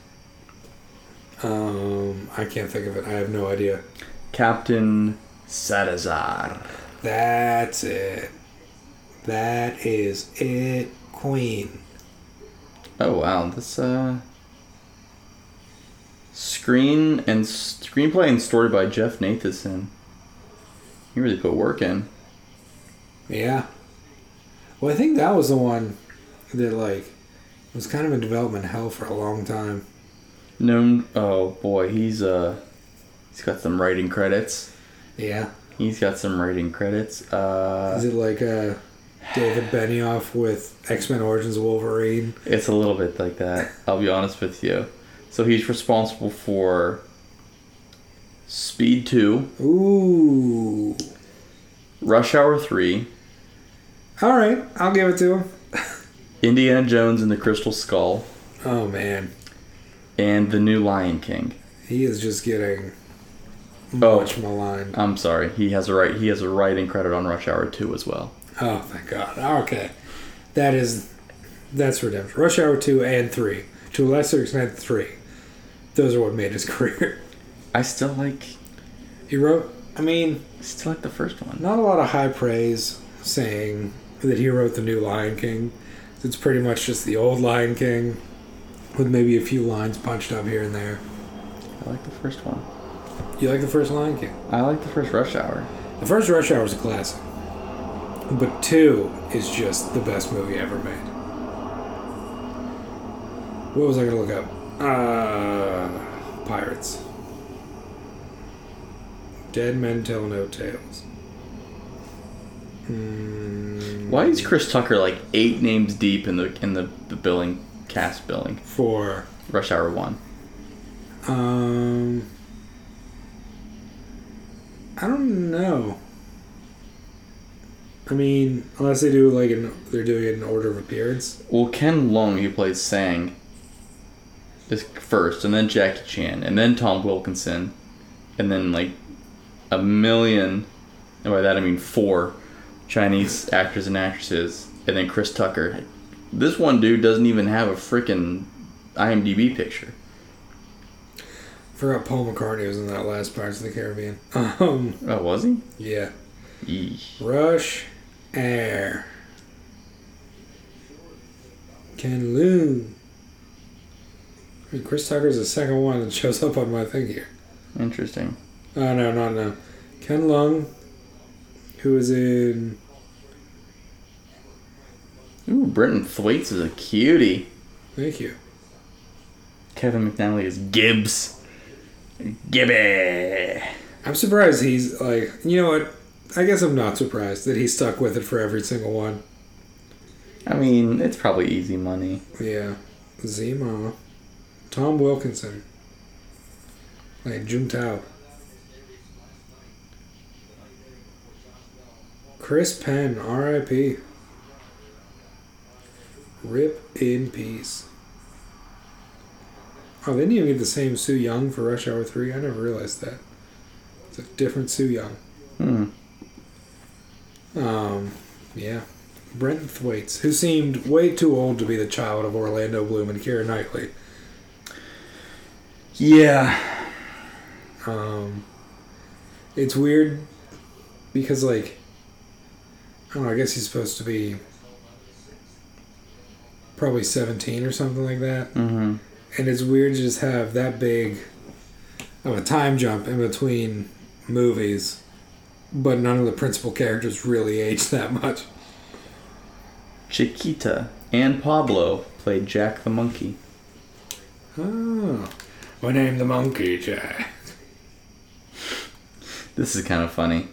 B: Um, I can't think of it. I have no idea.
C: Captain Salazar.
B: That's it. That is it, Queen.
C: Oh wow, this uh screen and screenplay and story by Jeff Nathanson. He really put work in.
B: Yeah. Well, I think that was the one that like was kind of in development hell for a long time.
C: Known oh boy, he's uh he's got some writing credits.
B: Yeah.
C: He's got some writing credits. Uh
B: Is it like uh, David Benioff with X Men Origins Wolverine?
C: it's a little bit like that, I'll be honest with you. So he's responsible for Speed 2,
B: Ooh.
C: Rush Hour 3,
B: All right, I'll give it to him.
C: Indiana Jones and the Crystal Skull,
B: Oh man,
C: and The New Lion King.
B: he is just getting
C: Oh.
B: much maligned.
C: I'm sorry. He has a right. He has a writing credit on Rush Hour Two as well.
B: Oh thank God. Okay, that is that's redemption. Rush Hour two and three, to a lesser extent three. Those are what made his [laughs] career.
C: I still like.
B: He wrote. I mean,
C: I Still like the first one.
B: not a lot of high praise saying that he wrote the new Lion King. It's pretty much just the old Lion King, with maybe a few lines punched up here and there.
C: I like the first one.
B: You like the first Lion King?
C: I like the first Rush Hour.
B: The first Rush Hour was a classic. But two is just the best movie ever made. What was I gonna look up? Uh, pirates. Dead men tell no tales. Mm,
C: Why is Chris Tucker like eight names deep in the in the, the billing cast billing?
B: for
C: Rush Hour One.
B: um, I don't know. I mean, unless they do like an, they're doing it in order of appearance.
C: Well, Ken Long, who plays Sang, is first, and then Jackie Chan, and then Tom Wilkinson, and then like a million, and by that I mean four Chinese actors and actresses, and then Chris Tucker. This one dude doesn't even have a freaking IMDb picture.
B: Forgot Paul McCartney was in that last Pirates of the Caribbean. [laughs] Um,
C: Oh, was he?
B: yeah.
C: Yeesh.
B: Rush Air. Ken Loon. I mean, Chris Tucker's the second one that shows up on my thing here.
C: Interesting.
B: Oh, no, no, no. Ken Lung, who is in.
C: Ooh, Britton Thwaites is a cutie.
B: Thank you.
C: Kevin McNally is Gibbs. Gibby.
B: I'm surprised he's like. You know what? I guess I'm not surprised that he stuck with it for every single one.
C: I mean, it's probably easy money.
B: Yeah. Zemo. Tom Wilkinson. Like Jun Tao. Chris Penn, R.I.P. Rip in peace. Oh, they didn't even get the same Sue Young for Rush Hour 3. I never realized that. It's a different Sue Young.
C: Hmm.
B: Um, yeah. Brent Thwaites, who seemed way too old to be the child of Orlando Bloom and Keira Knightley.
C: Yeah.
B: Um, it's weird because, like, I don't know, I guess he's supposed to be probably 17 or something like that.
C: Mm-hmm.
B: And it's weird to just have that big of a time jump in between movies, but none of the principal characters really age that much.
C: Chiquita and Pablo played Jack the Monkey.
B: Oh. My name the Monkey Jack.
C: This is kind of funny.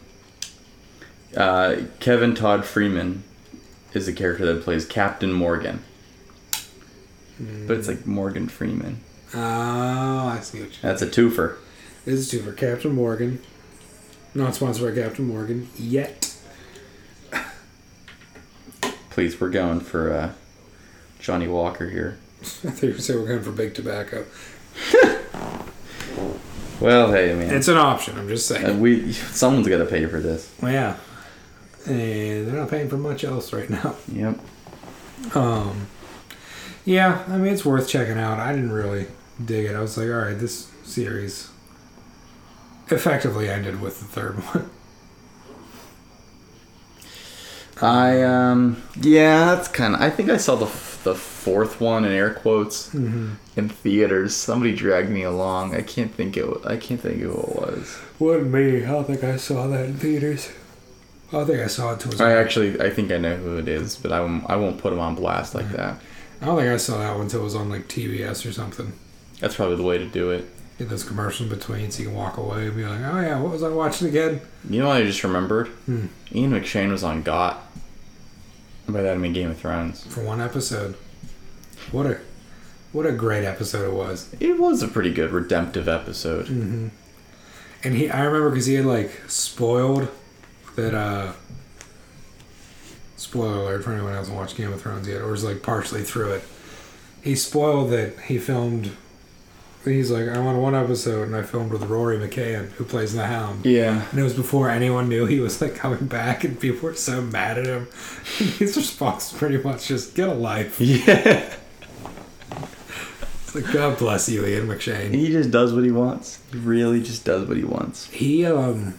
C: Uh, Kevin Todd Freeman is the character that plays Captain Morgan. But it's like Morgan Freeman.
B: Oh, I see what you
C: That's a twofer.
B: This is due for Captain Morgan. Not sponsored by Captain Morgan yet.
C: Please, we're going for uh, Johnny Walker here.
B: [laughs] I thought you were saying we're going for big tobacco.
C: Well, hey, man.
B: It's an option. I'm just
C: Uh,
B: saying.
C: we someone's got to pay for this.
B: Well, yeah, and they're not paying for much else right now. [laughs]
C: Yep.
B: Um, yeah, I mean it's worth checking out. I didn't really dig it. I was like, all right, this series effectively ended with the third [laughs] one.
C: I um yeah, that's kind of. I think I saw the f- the fourth one in air quotes in theaters. Somebody dragged me along. I can't think it. wa- I can't think of what it was.
B: Wasn't me. I don't think I saw that in theaters. I think I saw it towards.
C: I actually I think I know who it is, but I won't, I won't put him on blast like that.
B: I don't think I saw that one until it was on like TBS or something.
C: That's probably the way to do it.
B: get those commercials in between so you can walk away and be like, oh yeah, what was I watching again?
C: You know what I just remembered? Ian McShane was on Got. By that I mean Game of Thrones.
B: For one episode. What a what a great episode it was.
C: It was a pretty good redemptive episode.
B: And he I remember because he had like spoiled that uh spoiler alert for anyone who hasn't watched Game of Thrones yet, or is like partially through it. He spoiled that he filmed he's like, I'm on one episode and I filmed with Rory McCann, who plays the
C: [laughs]
B: hound.
C: Yeah.
B: And it was before anyone knew he was like coming back, and people were so mad at him. [laughs] His response was pretty much just "Get a life."
C: Yeah.
B: It's like God bless you, Ian McShane.
C: He just does what he wants. He really just does what he wants.
B: He um,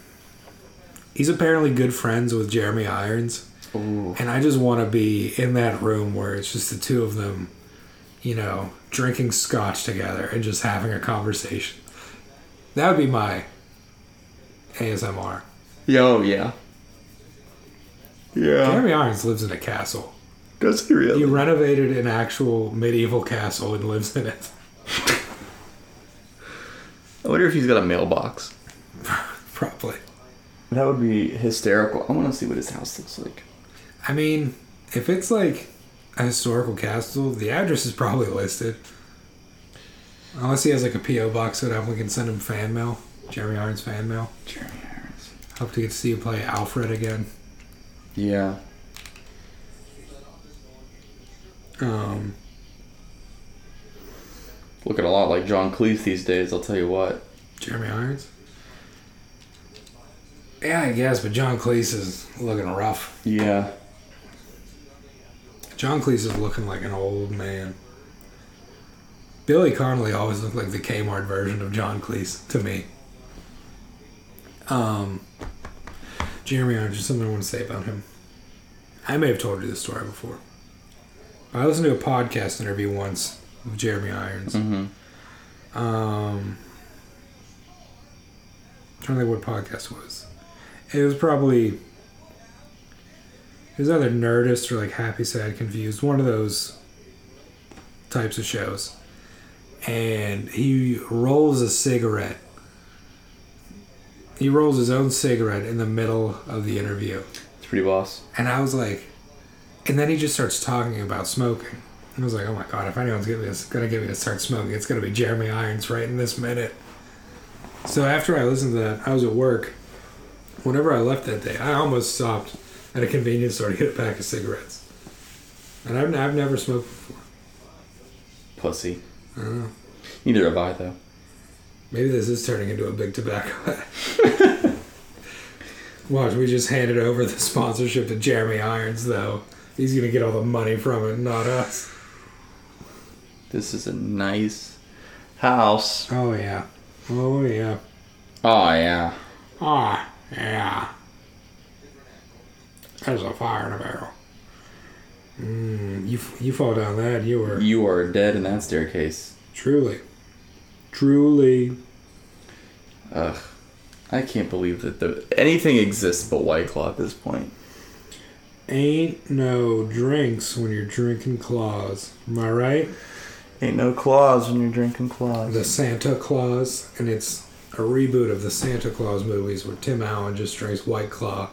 B: he's apparently good friends with Jeremy Irons,
C: Ooh.
B: and I just want to be in that room where it's just the two of them, you know, drinking scotch together and just having a conversation. That would be my ASMR.
C: Yeah, Oh yeah. Yeah.
B: Jeremy Irons lives in a castle.
C: Does he really?
B: He renovated an actual medieval castle and lives in it. [laughs]
C: I wonder if he's got a mailbox.
B: Probably.
C: That would be hysterical. I want to see what his house looks like.
B: I mean, if it's like a historical castle, the address is probably listed. Unless he has like a PO box set up, we can send him fan mail. Jeremy Irons fan mail.
C: Jeremy Irons.
B: Hope to get to see you play Alfred again.
C: Yeah.
B: Um,
C: Looking a lot like John Cleese these days, I'll tell you what.
B: Jeremy Irons. Yeah, I guess, but John Cleese is looking rough.
C: Yeah.
B: John Cleese is looking like an old man. Billy Connolly always looked like the Kmart version of John Cleese to me. Um, Jeremy Irons, there's something I want to say about him. I may have told you this story before. I listened to a podcast interview once of Jeremy Irons.
C: Mm-hmm.
B: Um, I don't think what podcast it was. It was probably it was either Nerdist or like Happy Sad Confused, one of those types of shows. And he rolls a cigarette. He rolls his own cigarette in the middle of the interview.
C: It's pretty boss.
B: And I was like, and then he just starts talking about smoking. And I was like, oh my god, if anyone's gonna, is gonna get me to start smoking, it's gonna be Jeremy Irons right in this minute. So after I listened to that, I was at work. Whenever I left that day, I almost stopped at a convenience store to get a pack of cigarettes. And I've, I've never smoked before.
C: Pussy.
B: I don't
C: Uh-huh.
B: know.
C: Neither have I, though.
B: Maybe this is turning into a big tobacco. [laughs] Watch, we just handed over the sponsorship to Jeremy Irons, though. He's gonna get all the money from it, not us.
C: This is a nice house.
B: Oh yeah. Oh yeah.
C: Oh, yeah.
B: Ah yeah. There's a fire in a barrel. Mm, you you fall down that you were
C: You are dead in that staircase.
B: truly, truly.
C: Ugh. I can't believe that the, anything exists but White Claw at this point.
B: Ain't no drinks when you're drinking claws. Am I right?
C: Ain't no claws when you're drinking claws.
B: The Santa Claus, and it's a reboot of the Santa Claus movies where Tim Allen just drinks White Claw.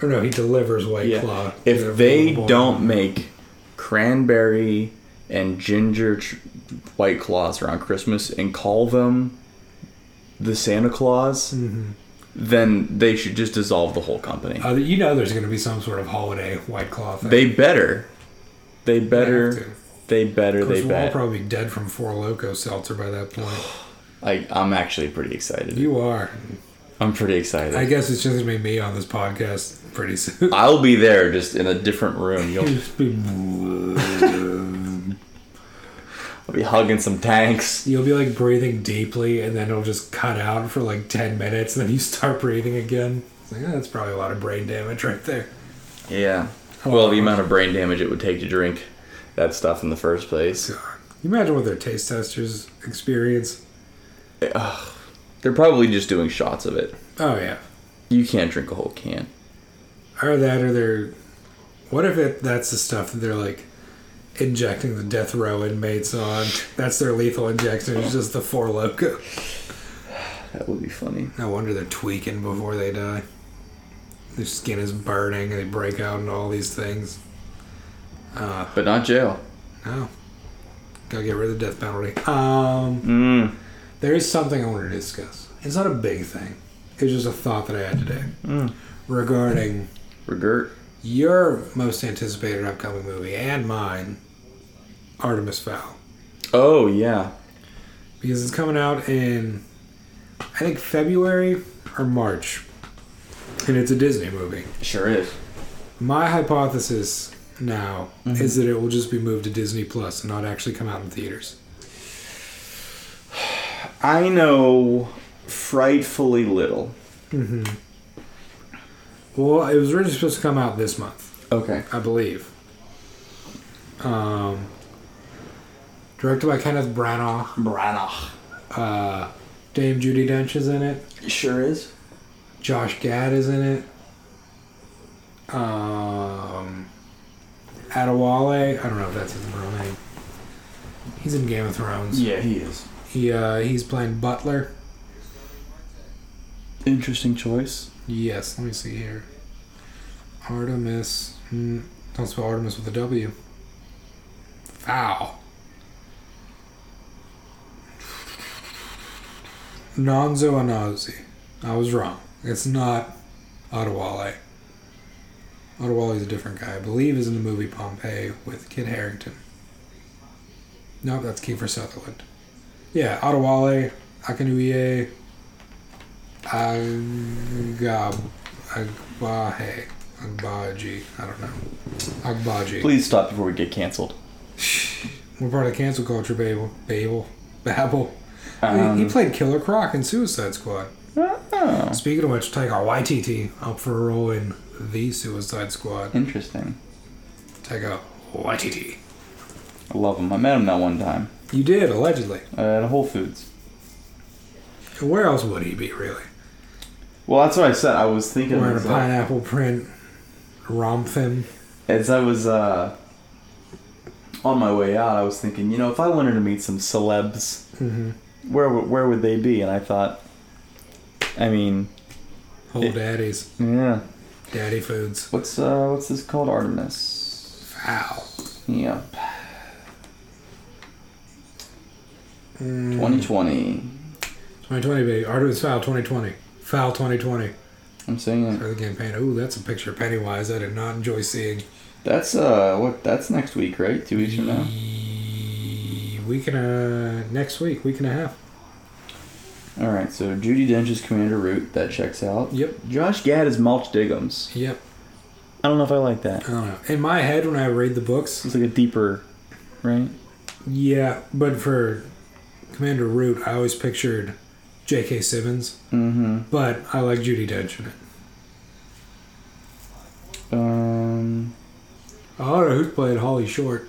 B: Or no, he delivers White Claw. to
C: If they
B: everyone.
C: don't make cranberry and ginger tr- white claws around Christmas and call them the Santa Claus, then they should just dissolve the whole company.
B: Mm-hmm. Uh, you know there's going to be some sort of holiday White Claw thing.
C: they better. They
B: They have
C: better.
B: to.
C: They better. They
B: Because we'll all
C: better.
B: probably be dead from Four Loco Seltzer by that point.
C: I, I'm actually pretty excited.
B: You are.
C: I'm pretty excited.
B: I guess it's just gonna be me on this podcast pretty soon.
C: I'll be there, just in a different room. [laughs]
B: [laughs]
C: You'll
B: Just be-
C: I'll be hugging some tanks.
B: You'll be like breathing deeply, and then it'll just cut out for like ten minutes, and then you start breathing again. It's like, "Oh, that's probably a lot of brain damage right there.
C: Yeah. Well,
B: Oh.
C: the amount of brain damage it would take to drink that stuff in the first place.
B: God. You imagine what their taste testers experience.
C: They're probably just doing shots of it.
B: Oh yeah,
C: You can't drink a whole can.
B: or that, or they're. What if it, that's the stuff that they're like injecting the death row inmates on? That's their lethal injection. It's just the four loco.
C: That would be funny.
B: No wonder they're tweaking before they die. Their skin is burning, they break out into all these things.
C: But not jail.
B: No. Gotta get rid of the death penalty. Um,
C: Mm.
B: there is something I wanted to discuss. It's not a big thing, it's just a thought that I had today regarding
C: Regert.
B: your most anticipated upcoming movie and mine, Artemis Fowl.
C: Oh yeah.
B: Because it's coming out in, I think, February or March. And it's a Disney movie.
C: Sure is.
B: My hypothesis now is that it will just be moved to Disney Plus and not actually come out in theaters.
C: I know frightfully little.
B: Well, it was originally supposed to come out this month,
C: Okay.
B: I believe. Um, directed by Kenneth Branagh.
C: Branagh.
B: Uh, Dame Judy Dench is in it.
C: Sure is.
B: Josh Gad is in it. Um, Adewale, I don't know if that's his real name. He's in Game of Thrones.
C: Yeah, he is.
B: He uh, he's playing Butler.
C: Interesting choice.
B: Yes, let me see here. Artemis. Mm, don't spell Artemis with a W. Foul. Nonzo Anazi. I was wrong. It's not Ottawale. Ottawale's a different guy. I believe is in the movie Pompeii with Kid Harrington. No, that's Kiefer Sutherland. Yeah, Ottawale, Akanuye, Agab, Agbahe, Agbaji. I don't know. Agbaji.
C: Please stop before we get canceled.
B: We're part of cancel culture, Babel. Babel. Babel.
C: Um,
B: he, he played Killer Croc in Suicide Squad.
C: oh,
B: Speaking of which, Taika YTT up for a role in The Suicide Squad.
C: interesting.
B: Taika YTT.
C: I love him. I met him that one time
B: You did, allegedly.
C: uh, at Whole Foods.
B: Where else would he be, really?
C: Well, that's what I said. I was thinking
B: Wearing a
C: as, I-
B: pineapple print romp him.
C: as I was uh, on my way out. I was thinking, you know, if I wanted to meet some celebs,
B: Mhm.
C: where w- where would they be? And I thought, I mean,
B: Whole daddies.
C: yeah.
B: Daddy foods.
C: What's uh, what's this called? Artemis.
B: Ow.
C: Yep.
B: Mm.
C: 2020.
B: 2020, baby. Artemis Foul 2020. Foul 2020.
C: I'm saying it.
B: For the campaign. Ooh, that's a picture of Pennywise I did not enjoy seeing.
C: That's uh, what? That's next week, right? Two weeks from now.
B: Ye- Week and a next week, week and a half.
C: All right. So Judy Dench is Commander Root. That checks out.
B: Yep.
C: Josh Gad is Mulch Diggums.
B: Yep.
C: I don't know if I like that.
B: I don't know. In my head, when I read the books,
C: It's like a deeper, right?
B: Yeah, but for Commander Root, I always pictured J.K. Simmons,
C: Mm-hmm.
B: but I like Judy Dench in it.
C: Um,
B: I don't know who played Holly Short.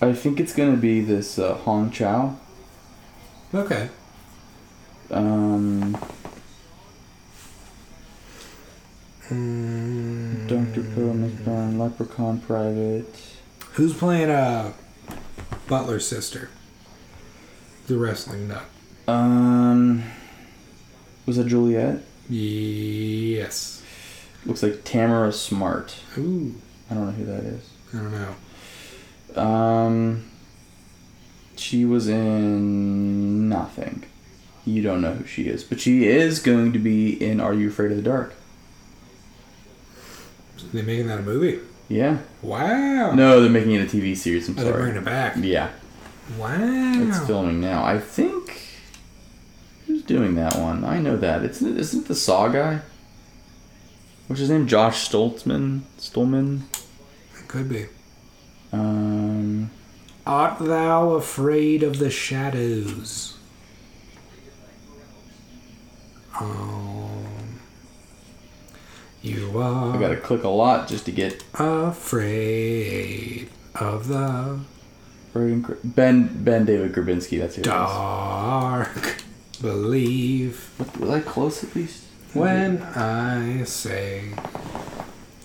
C: I think it's gonna be this uh, Hong Chow.
B: Okay.
C: Um,
B: Mm,
C: Dr. Poe, Miss Brown, Leprechaun Private.
B: Who's playing uh, Butler's sister? The wrestling nut.
C: Um, was that Juliet?
B: Yes.
C: Looks like Tamara Smart.
B: Ooh,
C: I don't know who that is.
B: I don't know.
C: Um, she was in nothing. You don't know who she is, but she is going to be in Are You Afraid of the Dark?
B: They making that a movie?
C: Yeah.
B: Wow.
C: No, they're making it a TV series. I'm
B: Oh, they're bringing
C: sorry.
B: it back.
C: Yeah, it's
B: Wow.
C: filming now. I think who's doing that one? I know that. It's isn't it the Saw guy? What's his name? Josh Stoltzman. Stolman.
B: Could be.
C: Um,
B: Art thou afraid of the shadows? Um, you
C: I
B: are
C: gotta click a lot just to get
B: afraid of the
C: Ben Ben David Grabinski. That's who. it is.
B: dark. Believe
C: What, was I close at least?
B: when I say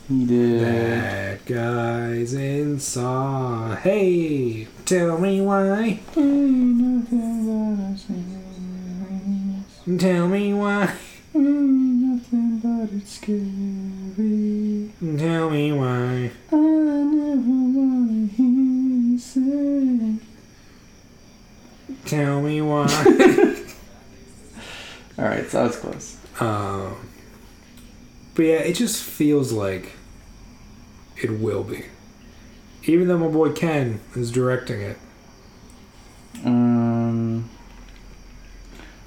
C: He did.
B: that guy's in saw. Hey, tell me why. Tell me why. Tell me why. Tell me why.
C: All right, so that was close.
B: Um, but yeah, it just feels like it will be. Even though my boy Ken is directing it,
C: Um,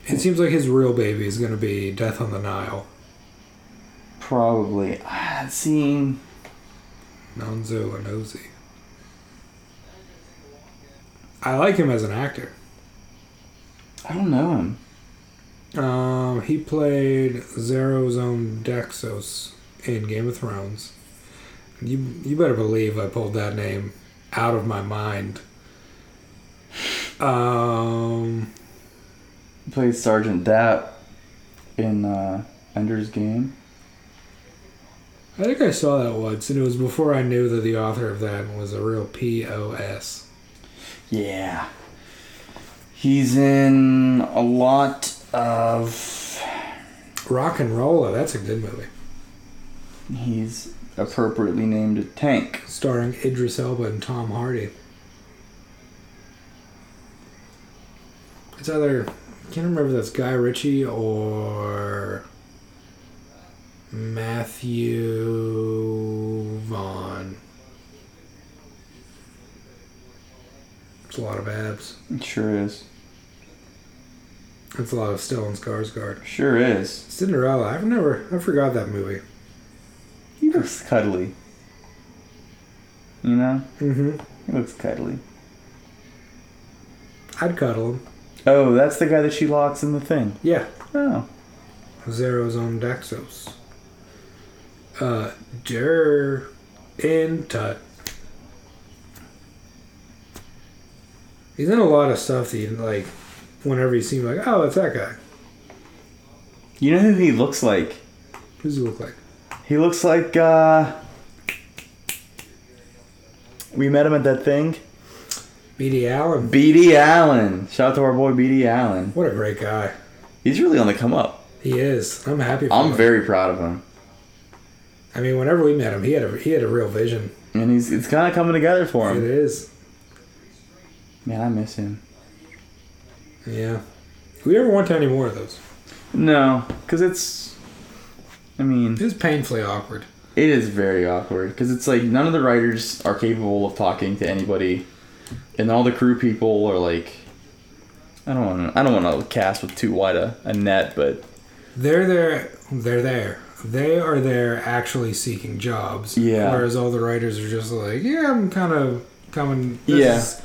B: it seems like his real baby is going to be Death on the Nile.
C: probably. Ah, seeing.
B: Nanzo Anozi. I like him as an actor.
C: I don't know him.
B: Um, he played Zero's own Daxos in Game of Thrones. You you better believe I pulled that name out of my mind. Um,
C: He played Sergeant Dapp in uh, Ender's Game.
B: I think I saw that once, and it was before I knew that the author of that was a real POS.
C: Yeah. He's in a lot of.
B: Rock and Roller, that's a good movie.
C: He's appropriately named a tank.
B: Starring Idris Elba and Tom Hardy. It's either. I can't remember if that's Guy Ritchie or. Matthew Vaughn. It's a lot of abs.
C: It sure is.
B: It's a lot of Stellan Skarsgård.
C: Sure is.
B: Cinderella. I've never. I forgot that movie.
C: He looks cuddly. You know?
B: Mm-hmm.
C: He looks cuddly.
B: I'd cuddle him.
C: Oh, that's the guy that she locks in the thing.
B: Yeah.
C: Oh.
B: Zeros on Daxos. Uh, der in Tut. He's in a lot of stuff that you like. Whenever you see him, like, oh, it's that guy.
C: You know who he looks like?
B: Who does he look like?
C: He looks like, uh. We met him at that thing.
B: B.D. Allen.
C: BD Allen. Shout out to our boy BD Allen.
B: What a great guy
C: He's really on the come up.
B: he is. I'm happy. For
C: I'm
B: him.
C: very proud of him.
B: I mean, whenever we met him, he had a he had a real vision.
C: And he's it's kind of coming together for
B: It
C: him.
B: is.
C: Man, I miss him.
B: Yeah. We ever want any more of those?
C: No, because it's. I mean,
B: It's painfully awkward.
C: it is very awkward because it's like none of the writers are capable of talking to anybody, and all the crew people are like, I don't want to. I don't want to cast with too wide a, a net, but
B: They're there. They're there. They are there actually seeking jobs.
C: Yeah.
B: Whereas all the writers are just like, yeah, I'm kind of coming.
C: Yeah.
B: is-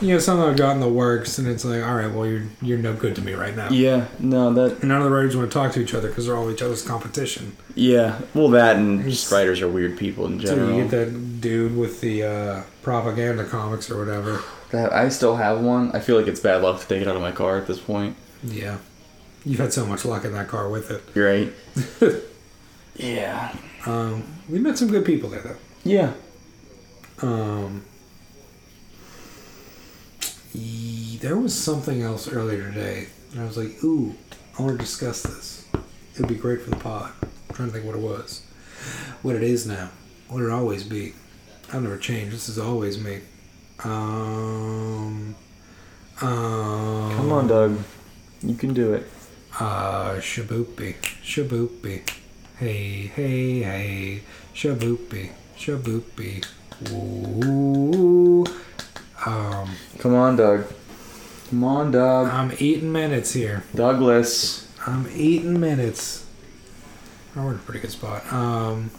B: you know, something I've got in the works, and it's like, all right, well, you're you're no good to me right now.
C: yeah, no, that
B: And none of the writers want to talk to each other because they're all each other's competition.
C: yeah, well, that and just writers are weird people in
B: So
C: general.
B: you get that dude with the uh, propaganda comics or whatever.
C: That I still have one. I feel like it's bad luck to take it out of my car at this point.
B: Yeah. You've had so much luck in that car with it.
C: You're right. [laughs] yeah.
B: Um, we met some good people there, though.
C: Yeah.
B: Um, ye- there was something else earlier today, and I was like, "Ooh, I want to discuss this. It'd be great for the pod." I'm trying to think what it was, what it is now, what it always be. I've never changed. This is always me. Um, um,
C: Come
B: Come
C: on, Doug. You can do it.
B: Uh, shaboopy, shaboopy. Hey, hey, hey. Shaboopy, shaboopy. Ooh. Um,
C: Come on, Doug. Come on, Doug.
B: I'm eating minutes here.
C: Douglas.
B: I'm eating minutes. Oh, we're in a pretty good spot. Um,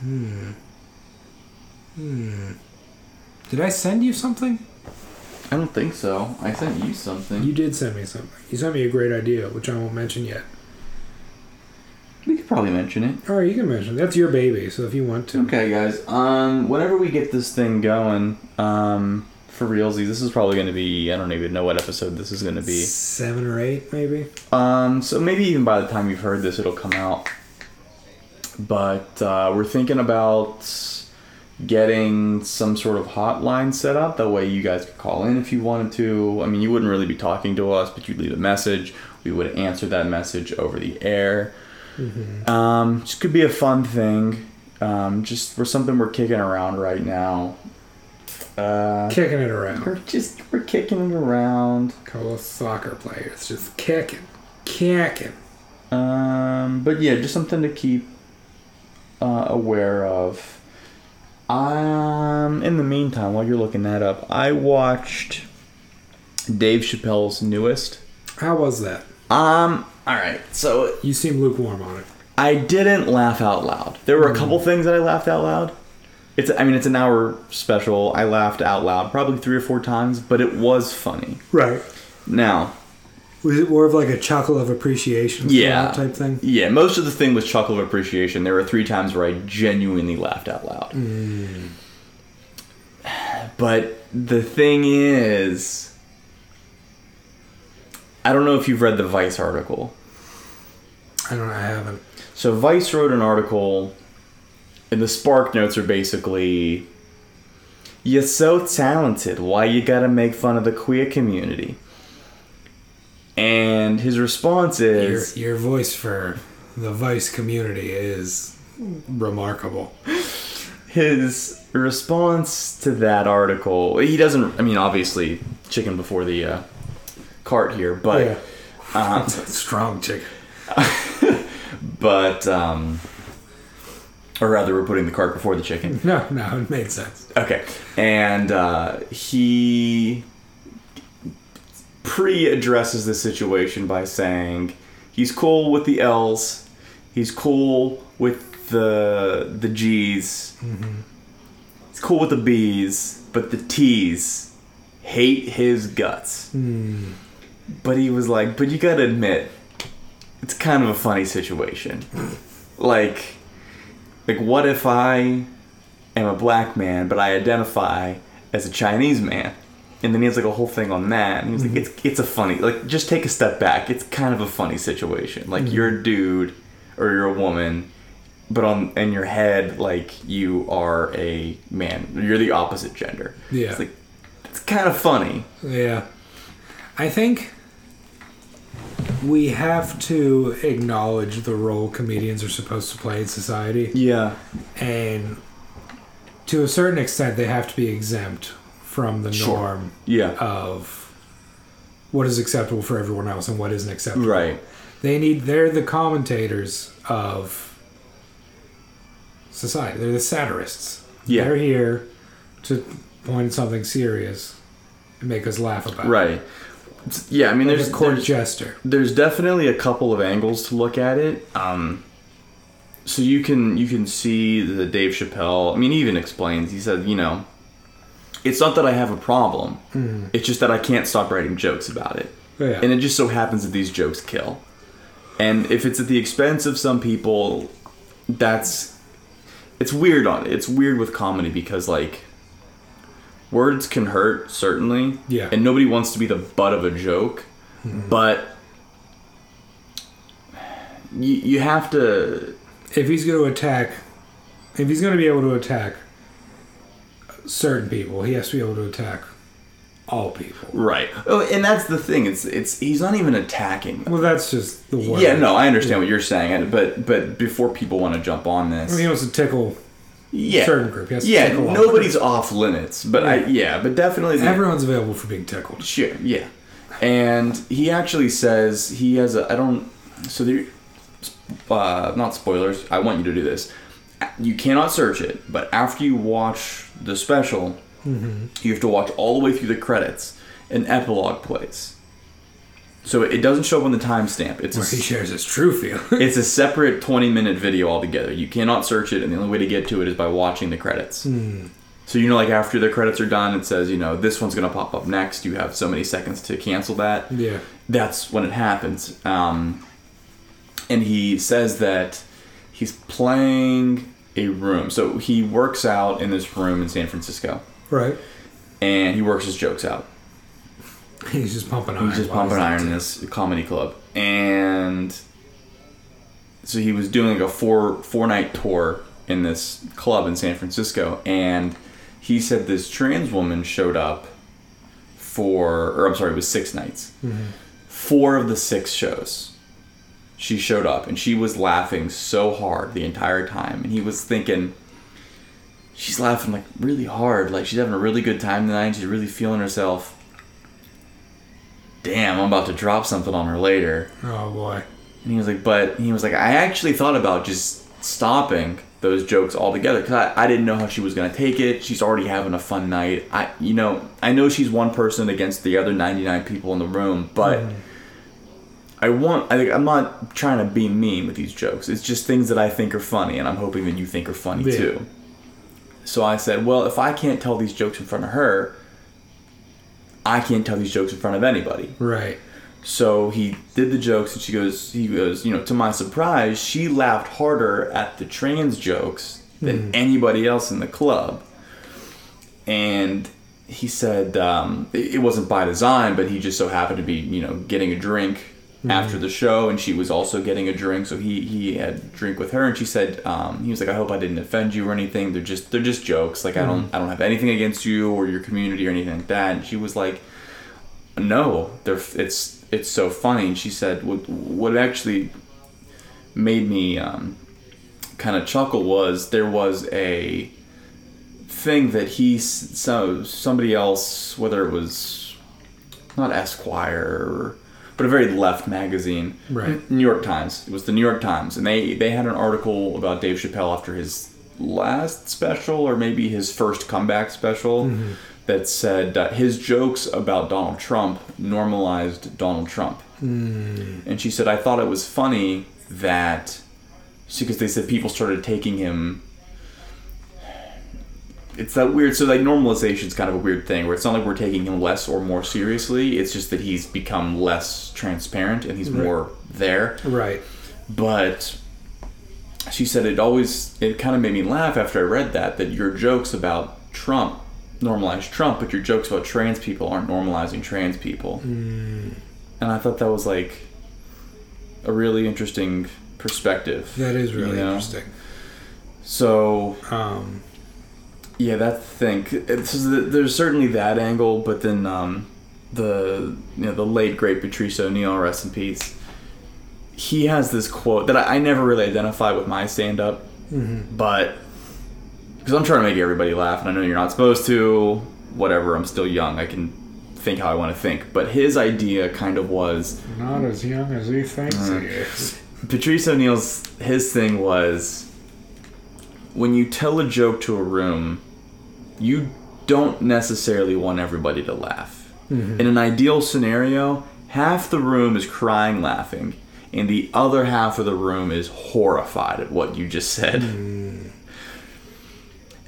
B: hmm. Hmm. Did I send you something?
C: I don't think so. I sent you something.
B: You did send me something. You sent me a great idea, which I won't mention yet.
C: we could probably mention it.
B: All right, you can mention. it. That's your baby, so if you want to.
C: Okay, guys. Um, whenever we get this thing going, um, for realsies, this is probably going to be. I don't even know what episode this is going to be.
B: Seven or eight, maybe.
C: Um, so maybe even by the time you've heard this, it'll come out. But uh, we're thinking about getting some sort of hotline set up. That way, you guys could call in if you wanted to. I mean, you wouldn't really be talking to us, but you'd leave a message. We would answer that message over the air. Um, this could be a fun thing. Um, just for something we're kicking around right now. Uh,
B: Kicking it around.
C: we're just we're kicking it around.
B: Couple of soccer players just kicking, kicking.
C: Um, but yeah, just something to keep uh, aware of. Um, in the meantime, while you're looking that up, I watched Dave Chappelle's newest.
B: How was that?
C: Um, all right, so
B: You seem lukewarm on it.
C: I didn't laugh out loud. There were a couple things that I laughed out loud. It's, I mean, it's an hour special. I laughed out loud probably three or four times, but it was funny.
B: Right.
C: Now,
B: Was it more of like a chuckle of appreciation
C: yeah
B: type thing?
C: yeah most of the thing was chuckle of appreciation there were three times where i genuinely laughed out loud
B: Mm.
C: but the thing is I don't know if you've read the Vice article.
B: I don't know. I haven't.
C: So Vice wrote an article, and the Spark Notes are basically, "You're so talented. Why you gotta make fun of the queer community?" And his response
B: Your,
C: is,
B: your voice for the Vice community is remarkable.
C: his response to that article. He doesn't. I mean, obviously, chicken before the uh, cart here, but. uh,
B: yeah. it's a [laughs] strong chicken.
C: but um, or rather we're putting the cart before the chicken
B: No, no, it made sense.
C: okay and uh, he pre-addresses the situation by saying he's cool with the l's he's cool with the the g's he's cool with the b's but the t's hate his guts but he was like but you gotta admit it's kind of a funny situation like like what if i am a black man but i identify as a chinese man and then he has like a whole thing on that and he was like it's, it's a funny like just take a step back it's kind of a funny situation like you're a dude or you're a woman but on in your head like you are a man you're the opposite gender
B: Yeah.
C: it's like it's kind of funny
B: Yeah. I think we have to acknowledge the role comedians are supposed to play in society.
C: yeah
B: and to a certain extent they have to be exempt from the
C: Sure.
B: norm
C: yeah
B: of what is acceptable for everyone else and what isn't acceptable
C: right
B: they need they're the commentators of society they're the satirists
C: Yeah.
B: they're here to point at something serious and make us laugh about it.
C: right yeah i mean
B: there's
C: there's
B: a court
C: there's-
B: jester
C: there's definitely a couple of angles to look at it. Um, so you can you can see that Dave Chappelle. I mean, he even explains. He said, you know, it's not that I have a problem.
B: Mm.
C: It's just that I can't stop writing jokes about it,
B: Oh, yeah
C: and it just so happens that these jokes kill. And if it's at the expense of some people, that's it's weird on it's weird with comedy because like words can hurt certainly
B: Yeah.
C: and nobody wants to be the butt of a joke but you, you have to
B: if he's going to attack, if he's going to be able to attack certain people, he has to be able to attack all people.
C: right oh and that's the thing it's it's he's not even attacking
B: Well, that's just the word.
C: yeah no i understand what you're saying but but before people want to jump on this
B: He wants to tickle.
C: yeah
B: certain group, yes,
C: yeah
B: tickle off.
C: nobody's off limits but i yeah but definitely the-
B: Everyone's available for being tickled.
C: Sure. Yeah. And he actually says he has a. I don't. So there. Uh, not spoilers. I want you to do this. You cannot search it, but after you watch the special,
B: Mm-hmm.
C: you have to watch all the way through the credits. An epilogue plays. So it doesn't show up on the timestamp. It's a
B: Where he shares his true feelings. [laughs]
C: it's a separate 20 minute video altogether. You cannot search it, and the only way to get to it is by watching the credits. So, you know, like after the credits are done, it says, you know, this one's going to pop up next. You have so many seconds to cancel that.
B: yeah.
C: That's when it happens. Um, and he says that he's playing a room. So he works out in this room in San Francisco,
B: Right.
C: and he works his jokes out.
B: He's just pumping iron.
C: He was just
B: while
C: pumping
B: he's-
C: iron in this comedy club, and so he was doing like a four four night tour in this club in San Francisco, and he said this trans woman showed up for, or I'm sorry, it was six nights. Four of the six shows, she showed up, and she was laughing so hard the entire time, and he was thinking. She's laughing like really hard, like she's having a really good time tonight. She's really feeling herself damn, I'm about to drop something on her later.
B: Oh boy.
C: And he was like, but he was like, I actually thought about just stopping those jokes altogether because I, I didn't know how she was going to take it. She's already having a fun night. I, you know, I know she's one person against the other 99 people in the room, but I want, I, I'm not trying to be mean with these jokes. It's just things that I think are funny and I'm hoping that you think are funny
B: Yeah.
C: too. So I said, well, if I can't tell these jokes in front of her, I can't tell these jokes in front of anybody.
B: Right.
C: So he did the jokes, and she goes, he goes, you know, to my surprise, she laughed harder at the trans jokes than anybody else in the club. And he said um, it it wasn't by design, but he just so happened to be, you know, getting a drink after the show, and she was also getting a drink, so he he had a drink with her, and she said um, he was like, I hope I didn't offend you or anything. They're just they're just jokes. Like I don't I don't have anything against you or your community or anything like that. And she was like, No, they're it's it's so funny. And she said what what actually made me um, kind of chuckle was there was a thing that he s- so somebody else whether it was not Esquire but a very left magazine
B: Right.
C: New York Times it was the New York Times and they they had an article about Dave Chappelle after his last special or maybe his first comeback special that said uh, his jokes about Donald Trump normalized Donald Trump and she said I thought it was funny that because they said people started taking him. It's that weird. So like normalization is kind of a weird thing where it's not like we're taking him less or more seriously. It's just that he's become less transparent and he's more there.
B: Right.
C: But she said it always it kind of made me laugh after I read that that your jokes about Trump normalize Trump, but your jokes about trans people aren't normalizing trans people. And I thought that was like a really interesting perspective.
B: That is
C: you
B: really
C: know?
B: interesting.
C: So
B: Um,
C: yeah, that's the thing. It's, there's certainly that angle, but then um, the you know the late great Patrice O'Neill, rest in peace. He has this quote that I, I never really identify with my stand up, but because I'm trying to make everybody laugh, and I know you're not supposed to. Whatever, I'm still young. I can think how I want to think. But his idea kind of was
B: not as young as he thinks he is.
C: Patrice O'Neill's his thing was when you tell a joke to a room, you don't necessarily want everybody to laugh.
B: Mm-hmm.
C: In an ideal scenario, half the room is crying laughing, and the other half of the room is horrified at what you just said.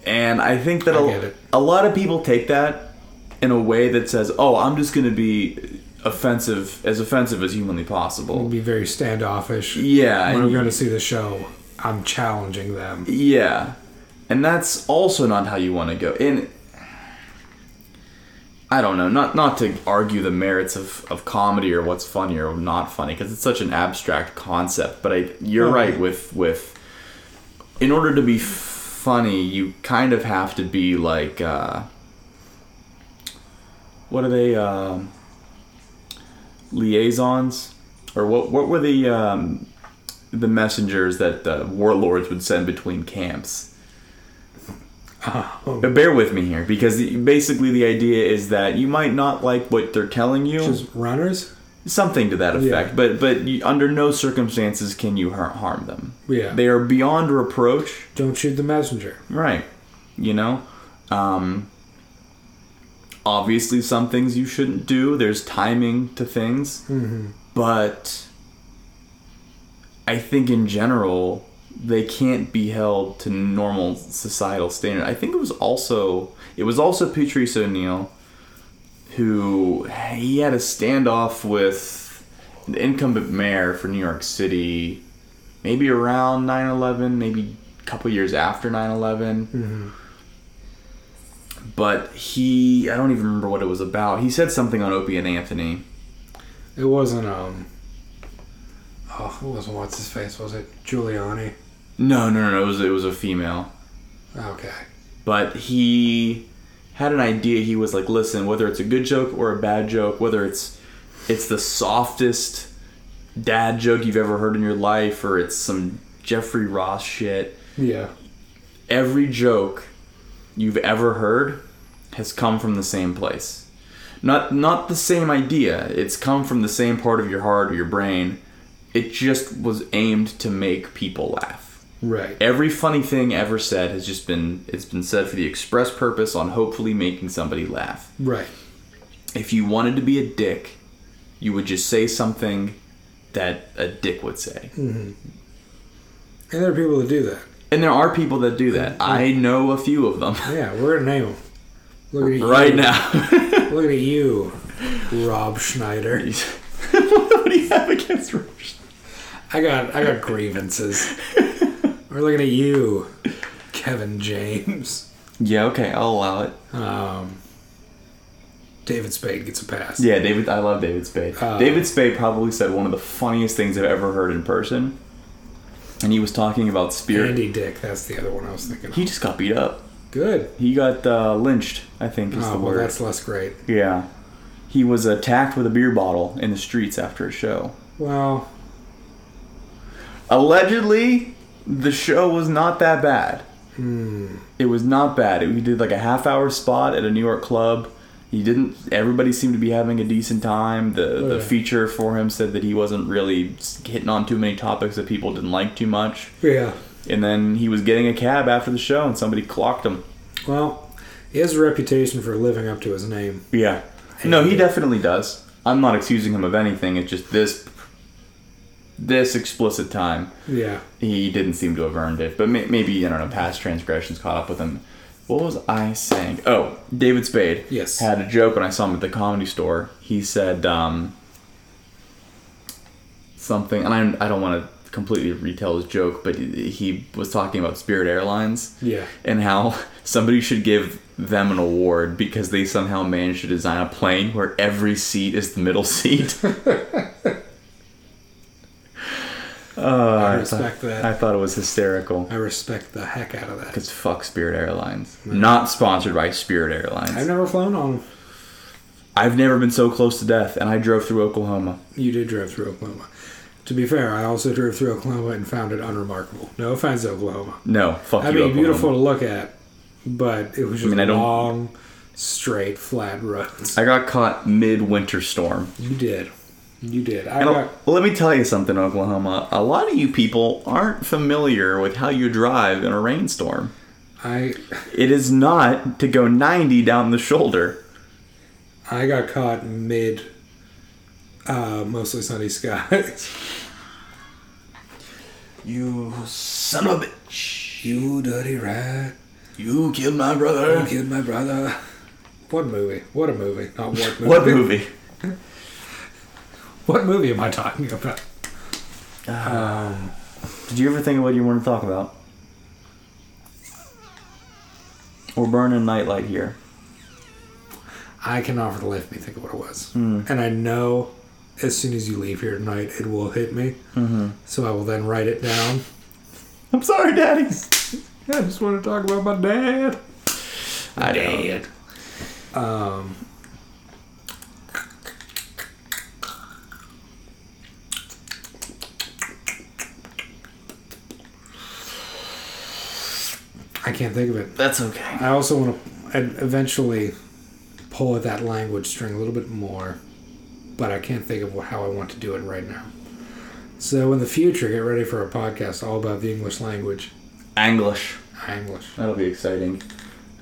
C: And I think that
B: Mm. I
C: a
B: get it.
C: a lot of people take that in a way that says, "Oh, I'm just going to be offensive as offensive as humanly possible."
B: Be very standoffish.
C: Yeah,
B: When
C: and-
B: I'm going to see the show, I'm
C: [laughs]
B: challenging them.
C: Yeah. And that's also not how you want to go. And I don't know, not not to argue the merits of, of comedy or what's funny or not funny because it's such an abstract concept, but I you're right with with in order to be funny, you kind of have to be like uh what are they um liaisons or what what were the um the messengers that the warlords would send between camps.
B: Um,
C: But bear with me here, because basically the idea is that you might not like what they're telling you,
B: Just runners?
C: something to that effect.
B: Yeah.
C: But but you, under no circumstances can you har- harm them.
B: Yeah.
C: they are beyond reproach.
B: Don't shoot the messenger.
C: Right. You know? Um, obviously, some things you shouldn't do. There's timing to things. But I think in general, they can't be held to normal societal standard. I think it was also it was also Patrice O'Neill who he had a standoff with an incumbent mayor for New York City maybe around 9-11 maybe a couple years after 9-11 but he i don't even remember what it was about he said something on opie and anthony
B: It wasn't, um. Oh, it wasn't what's his face, was it? Giuliani.
C: no no no, no it was it was a female
B: Okay.
C: but he had an idea he was like listen whether it's a good joke or a bad joke whether it's it's the softest dad joke you've ever heard in your life or it's some jeffrey ross shit
B: Yeah.
C: every joke you've ever heard has come from the same place. Not not the same idea. It's come from the same part of your heart or your brain. It just was aimed to make people laugh.
B: Right.
C: Every funny thing ever said has just been it's been said for the express purpose on hopefully making somebody laugh.
B: Right.
C: If you wanted to be a dick, you would just say something that a dick would say.
B: And there are people that do that.
C: And there are people that do that. I know a few of them [laughs]
B: Yeah, we're gonna name him. Look at
C: right
B: you.
C: now.
B: Look at you, Rob Schneider.
C: [laughs] what do you have against Rush?
B: I got I
C: [laughs]
B: got grievances. we're looking at you, Kevin James.
C: Yeah, okay, I'll allow it.
B: Um, David Spade gets a pass.
C: Yeah, David. I love David Spade.
B: Uh,
C: David Spade probably said one of the funniest things I've ever heard in person. And he was talking about spirit.
B: Andy Dick, that's the other one I was thinking.
C: He
B: Of.
C: just got beat up.
B: Good.
C: He got uh, lynched. I think is
B: Oh,
C: the
B: well,
C: word.
B: that's less great.
C: Yeah. He was attacked with a beer bottle in the streets after a show.
B: Well,
C: Allegedly, the show was not that bad.
B: Hmm.
C: It was not bad. He did like a half hour spot at a New York club. He didn't. Everybody seemed to be having a decent time. The the
B: Oh, Yeah.
C: feature for him said that he wasn't really hitting on too many topics that people didn't like too much.
B: yeah.
C: And then he was getting a cab after the show, and somebody clocked him.
B: Well, he has a reputation for living up to his name.
C: Yeah. No, he
B: Yeah.
C: definitely does. I'm not excusing him of anything. It's just this this explicit time
B: Yeah.
C: he didn't seem to have earned it. But may- maybe I don't know. Past transgressions caught up with him. What was I saying? Oh, David Spade.
B: Yes.
C: Had a joke when I saw him at the comedy store. He said um, something, and I, I don't want to completely retell his joke, but he- he was talking about Spirit Airlines
B: Yeah.
C: and how somebody should give them an award because they somehow managed to design a plane where every seat is the middle seat.
B: I
C: Uh, I,
B: respect
C: thought, [laughs]
B: that.
C: I thought it was hysterical.
B: I respect the heck out of that.
C: Because fuck Spirit Airlines. Not sponsored by Spirit Airlines.
B: I've never flown on.
C: I've never been so close to death, and I drove through Oklahoma.
B: You did drive through Oklahoma. To be fair, I also drove through Oklahoma and found it unremarkable. No offense, Oklahoma.
C: No, fuck
B: I
C: you.
B: mean,
C: Oklahoma.
B: beautiful to look at, but it was just
C: mean, I don't-
B: long, straight, flat roads.
C: I got caught mid winter storm.
B: You did. You did. I
C: And
B: got,
C: I'll- let me tell you something, Oklahoma. A lot of you people aren't familiar with how you drive in a rainstorm.
B: I
C: It is not to go 90 down the shoulder.
B: I got caught mid uh, mostly sunny [laughs] skies.
C: You son of a bitch.
B: you dirty rat.
C: You killed my
B: You
C: brother.
B: killed my brother. What movie? What a movie. Not [laughs] what movie.
C: What movie?
B: What movie am I talking about?
C: Um, Did you ever think of what you want to talk about? We're burning nightlight here.
B: I cannot for the life of me think of what it was. And I know as soon as you leave here tonight, it will hit me. Mm-hmm. So I will then write it down.
C: I'm sorry, Daddy.
B: I just want to talk about my dad.
C: I
B: Dad. Um, I can't think of it.
C: That's okay.
B: I also want to eventually pull at that language string a little bit more, but I can't think of wh- how I want to do it right now. So in the future, get ready for a podcast all about the English language.
C: English.
B: English.
C: That'll be exciting.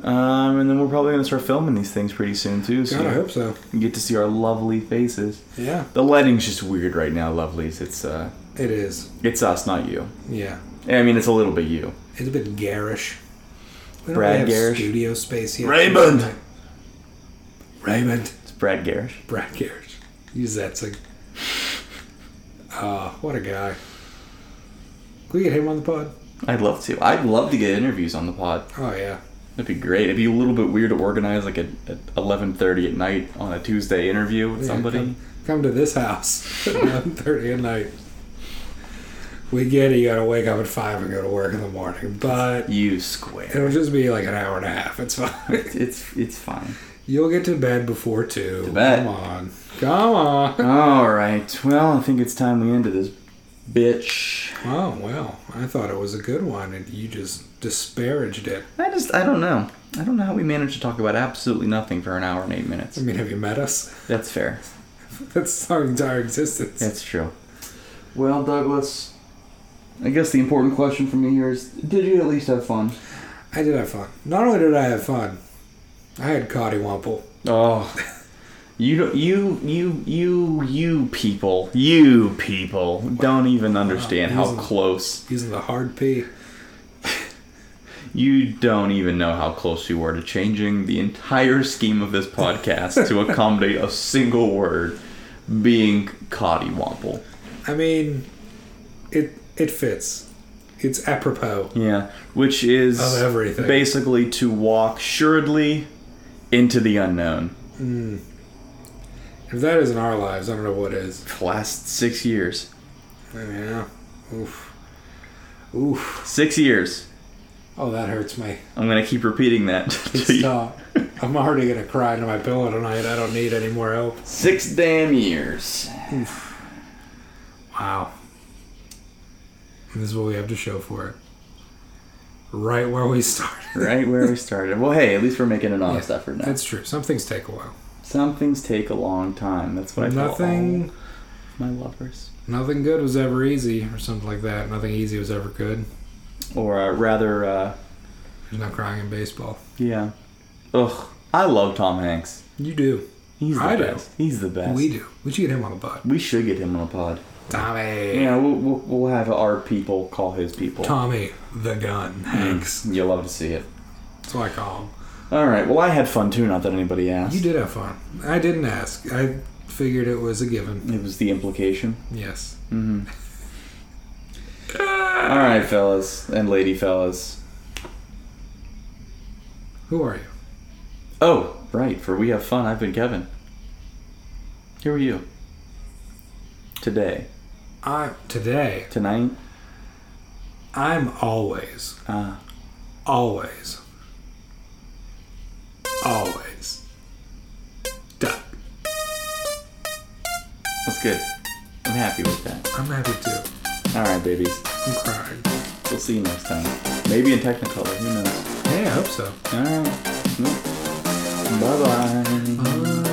C: Um, and then we're probably gonna start filming these things pretty soon too, so
B: God, I hope so.
C: you get to see our lovely faces.
B: Yeah.
C: The lighting's just weird right now, lovelies. It's uh,
B: It is.
C: it's us, not you.
B: Yeah.
C: I mean, it's a little bit you.
B: It's a bit garish. We don't
C: Brad
B: have
C: Garish?
B: Studio space yet.
C: Raymond!
B: Raymond.
C: It's Brad Garrish.
B: Brad Garish. Use that thing. Ah, what a guy. Can we get him on the pod?
C: I'd love to. I'd love to get interviews on the pod.
B: Oh yeah.
C: That'd be great. It'd be a little bit weird to organize like at, at eleven thirty at night on a Tuesday interview with
B: Yeah,
C: somebody.
B: come, come to this house at 1.30 at night we get it you gotta wake up at 5 and go to work in the morning but
C: You
B: [laughs]
C: square.
B: it'll just be like an hour and a half it's fine [laughs]
C: It's it's fine.
B: you'll get to bed before 2
C: bed.
B: come on come on
C: All right. Well, I think it's time we ended this bitch.
B: oh well i thought it was a good one and you just disparaged it
C: I just I don't know. I don't know how we managed to talk about absolutely nothing for an hour and eight
B: i
C: minutes.
B: mean have you met us [laughs]
C: That's fair.
B: that's our entire existence
C: That's true. Well, Douglas, I guess the important question for me here is: Did you at least have fun?
B: i did have fun not only did i have fun i had Cotty Wample.
C: Oh, you don't, you you you you people, you people don't even understand
B: Wow.
C: how close.
B: using the hard p
C: You don't even know how close you were to changing the entire scheme of this podcast to accommodate a single word being cottywomple.
B: I mean, it it fits. It's apropos.
C: Yeah, which is
B: Of everything.
C: basically to walk assuredly into the unknown.
B: If that isn't our lives, I don't know what is.
C: Last six years.
B: Yeah. Oof. Oof.
C: Six years.
B: Oh, that hurts me.
C: I'm gonna keep repeating that. [laughs] to
B: It's,
C: you.
B: uh, I'm already gonna cry into my pillow tonight. I don't need any more help.
C: Six damn years.
B: Wow. And this is what we have to show for it. Right where we [laughs] started.
C: Right where we started. Well, hey, at least we're making an honest effort now.
B: That's true. Some things take a while.
C: Some things take a long time. That's what I tell
B: Nothing,
C: all my lovers.
B: nothing good was ever easy, or something like that. Nothing easy was ever good.
C: Or uh, rather, uh,
B: There's no crying in baseball.
C: yeah. Ugh, I love Tom Hanks.
B: You do.
C: He's the
B: I do.
C: best. He's the best.
B: We do. We should get him on the pod.
C: We should get him on a pod.
B: Tommy.
C: Yeah, we'll, we'll, we'll have our people call his people.
B: Tommy the
C: Mm.
B: Gun Hanks.
C: You'll love to see it.
B: That's what I call him.
C: All right. Well, I had fun too. Not that anybody asked.
B: You did have fun. I didn't ask. I figured it was a given.
C: It was the implication.
B: Yes.
C: Mm-hmm. All right, fellas and lady fellas.
B: Who are you?
C: Oh, right. For we have fun. I've been Kevin. Who are you? Today,
B: I today.
C: tonight.
B: I'm always,
C: Ah,
B: always, always. Duck.
C: that's good. I'm happy with that.
B: I'm happy too.
C: All right, babies.
B: I'm crying.
C: We'll see you next time. Maybe in Technicolor. Who knows?
B: Hey, I hope so.
C: All right. Bye bye.
B: Uh,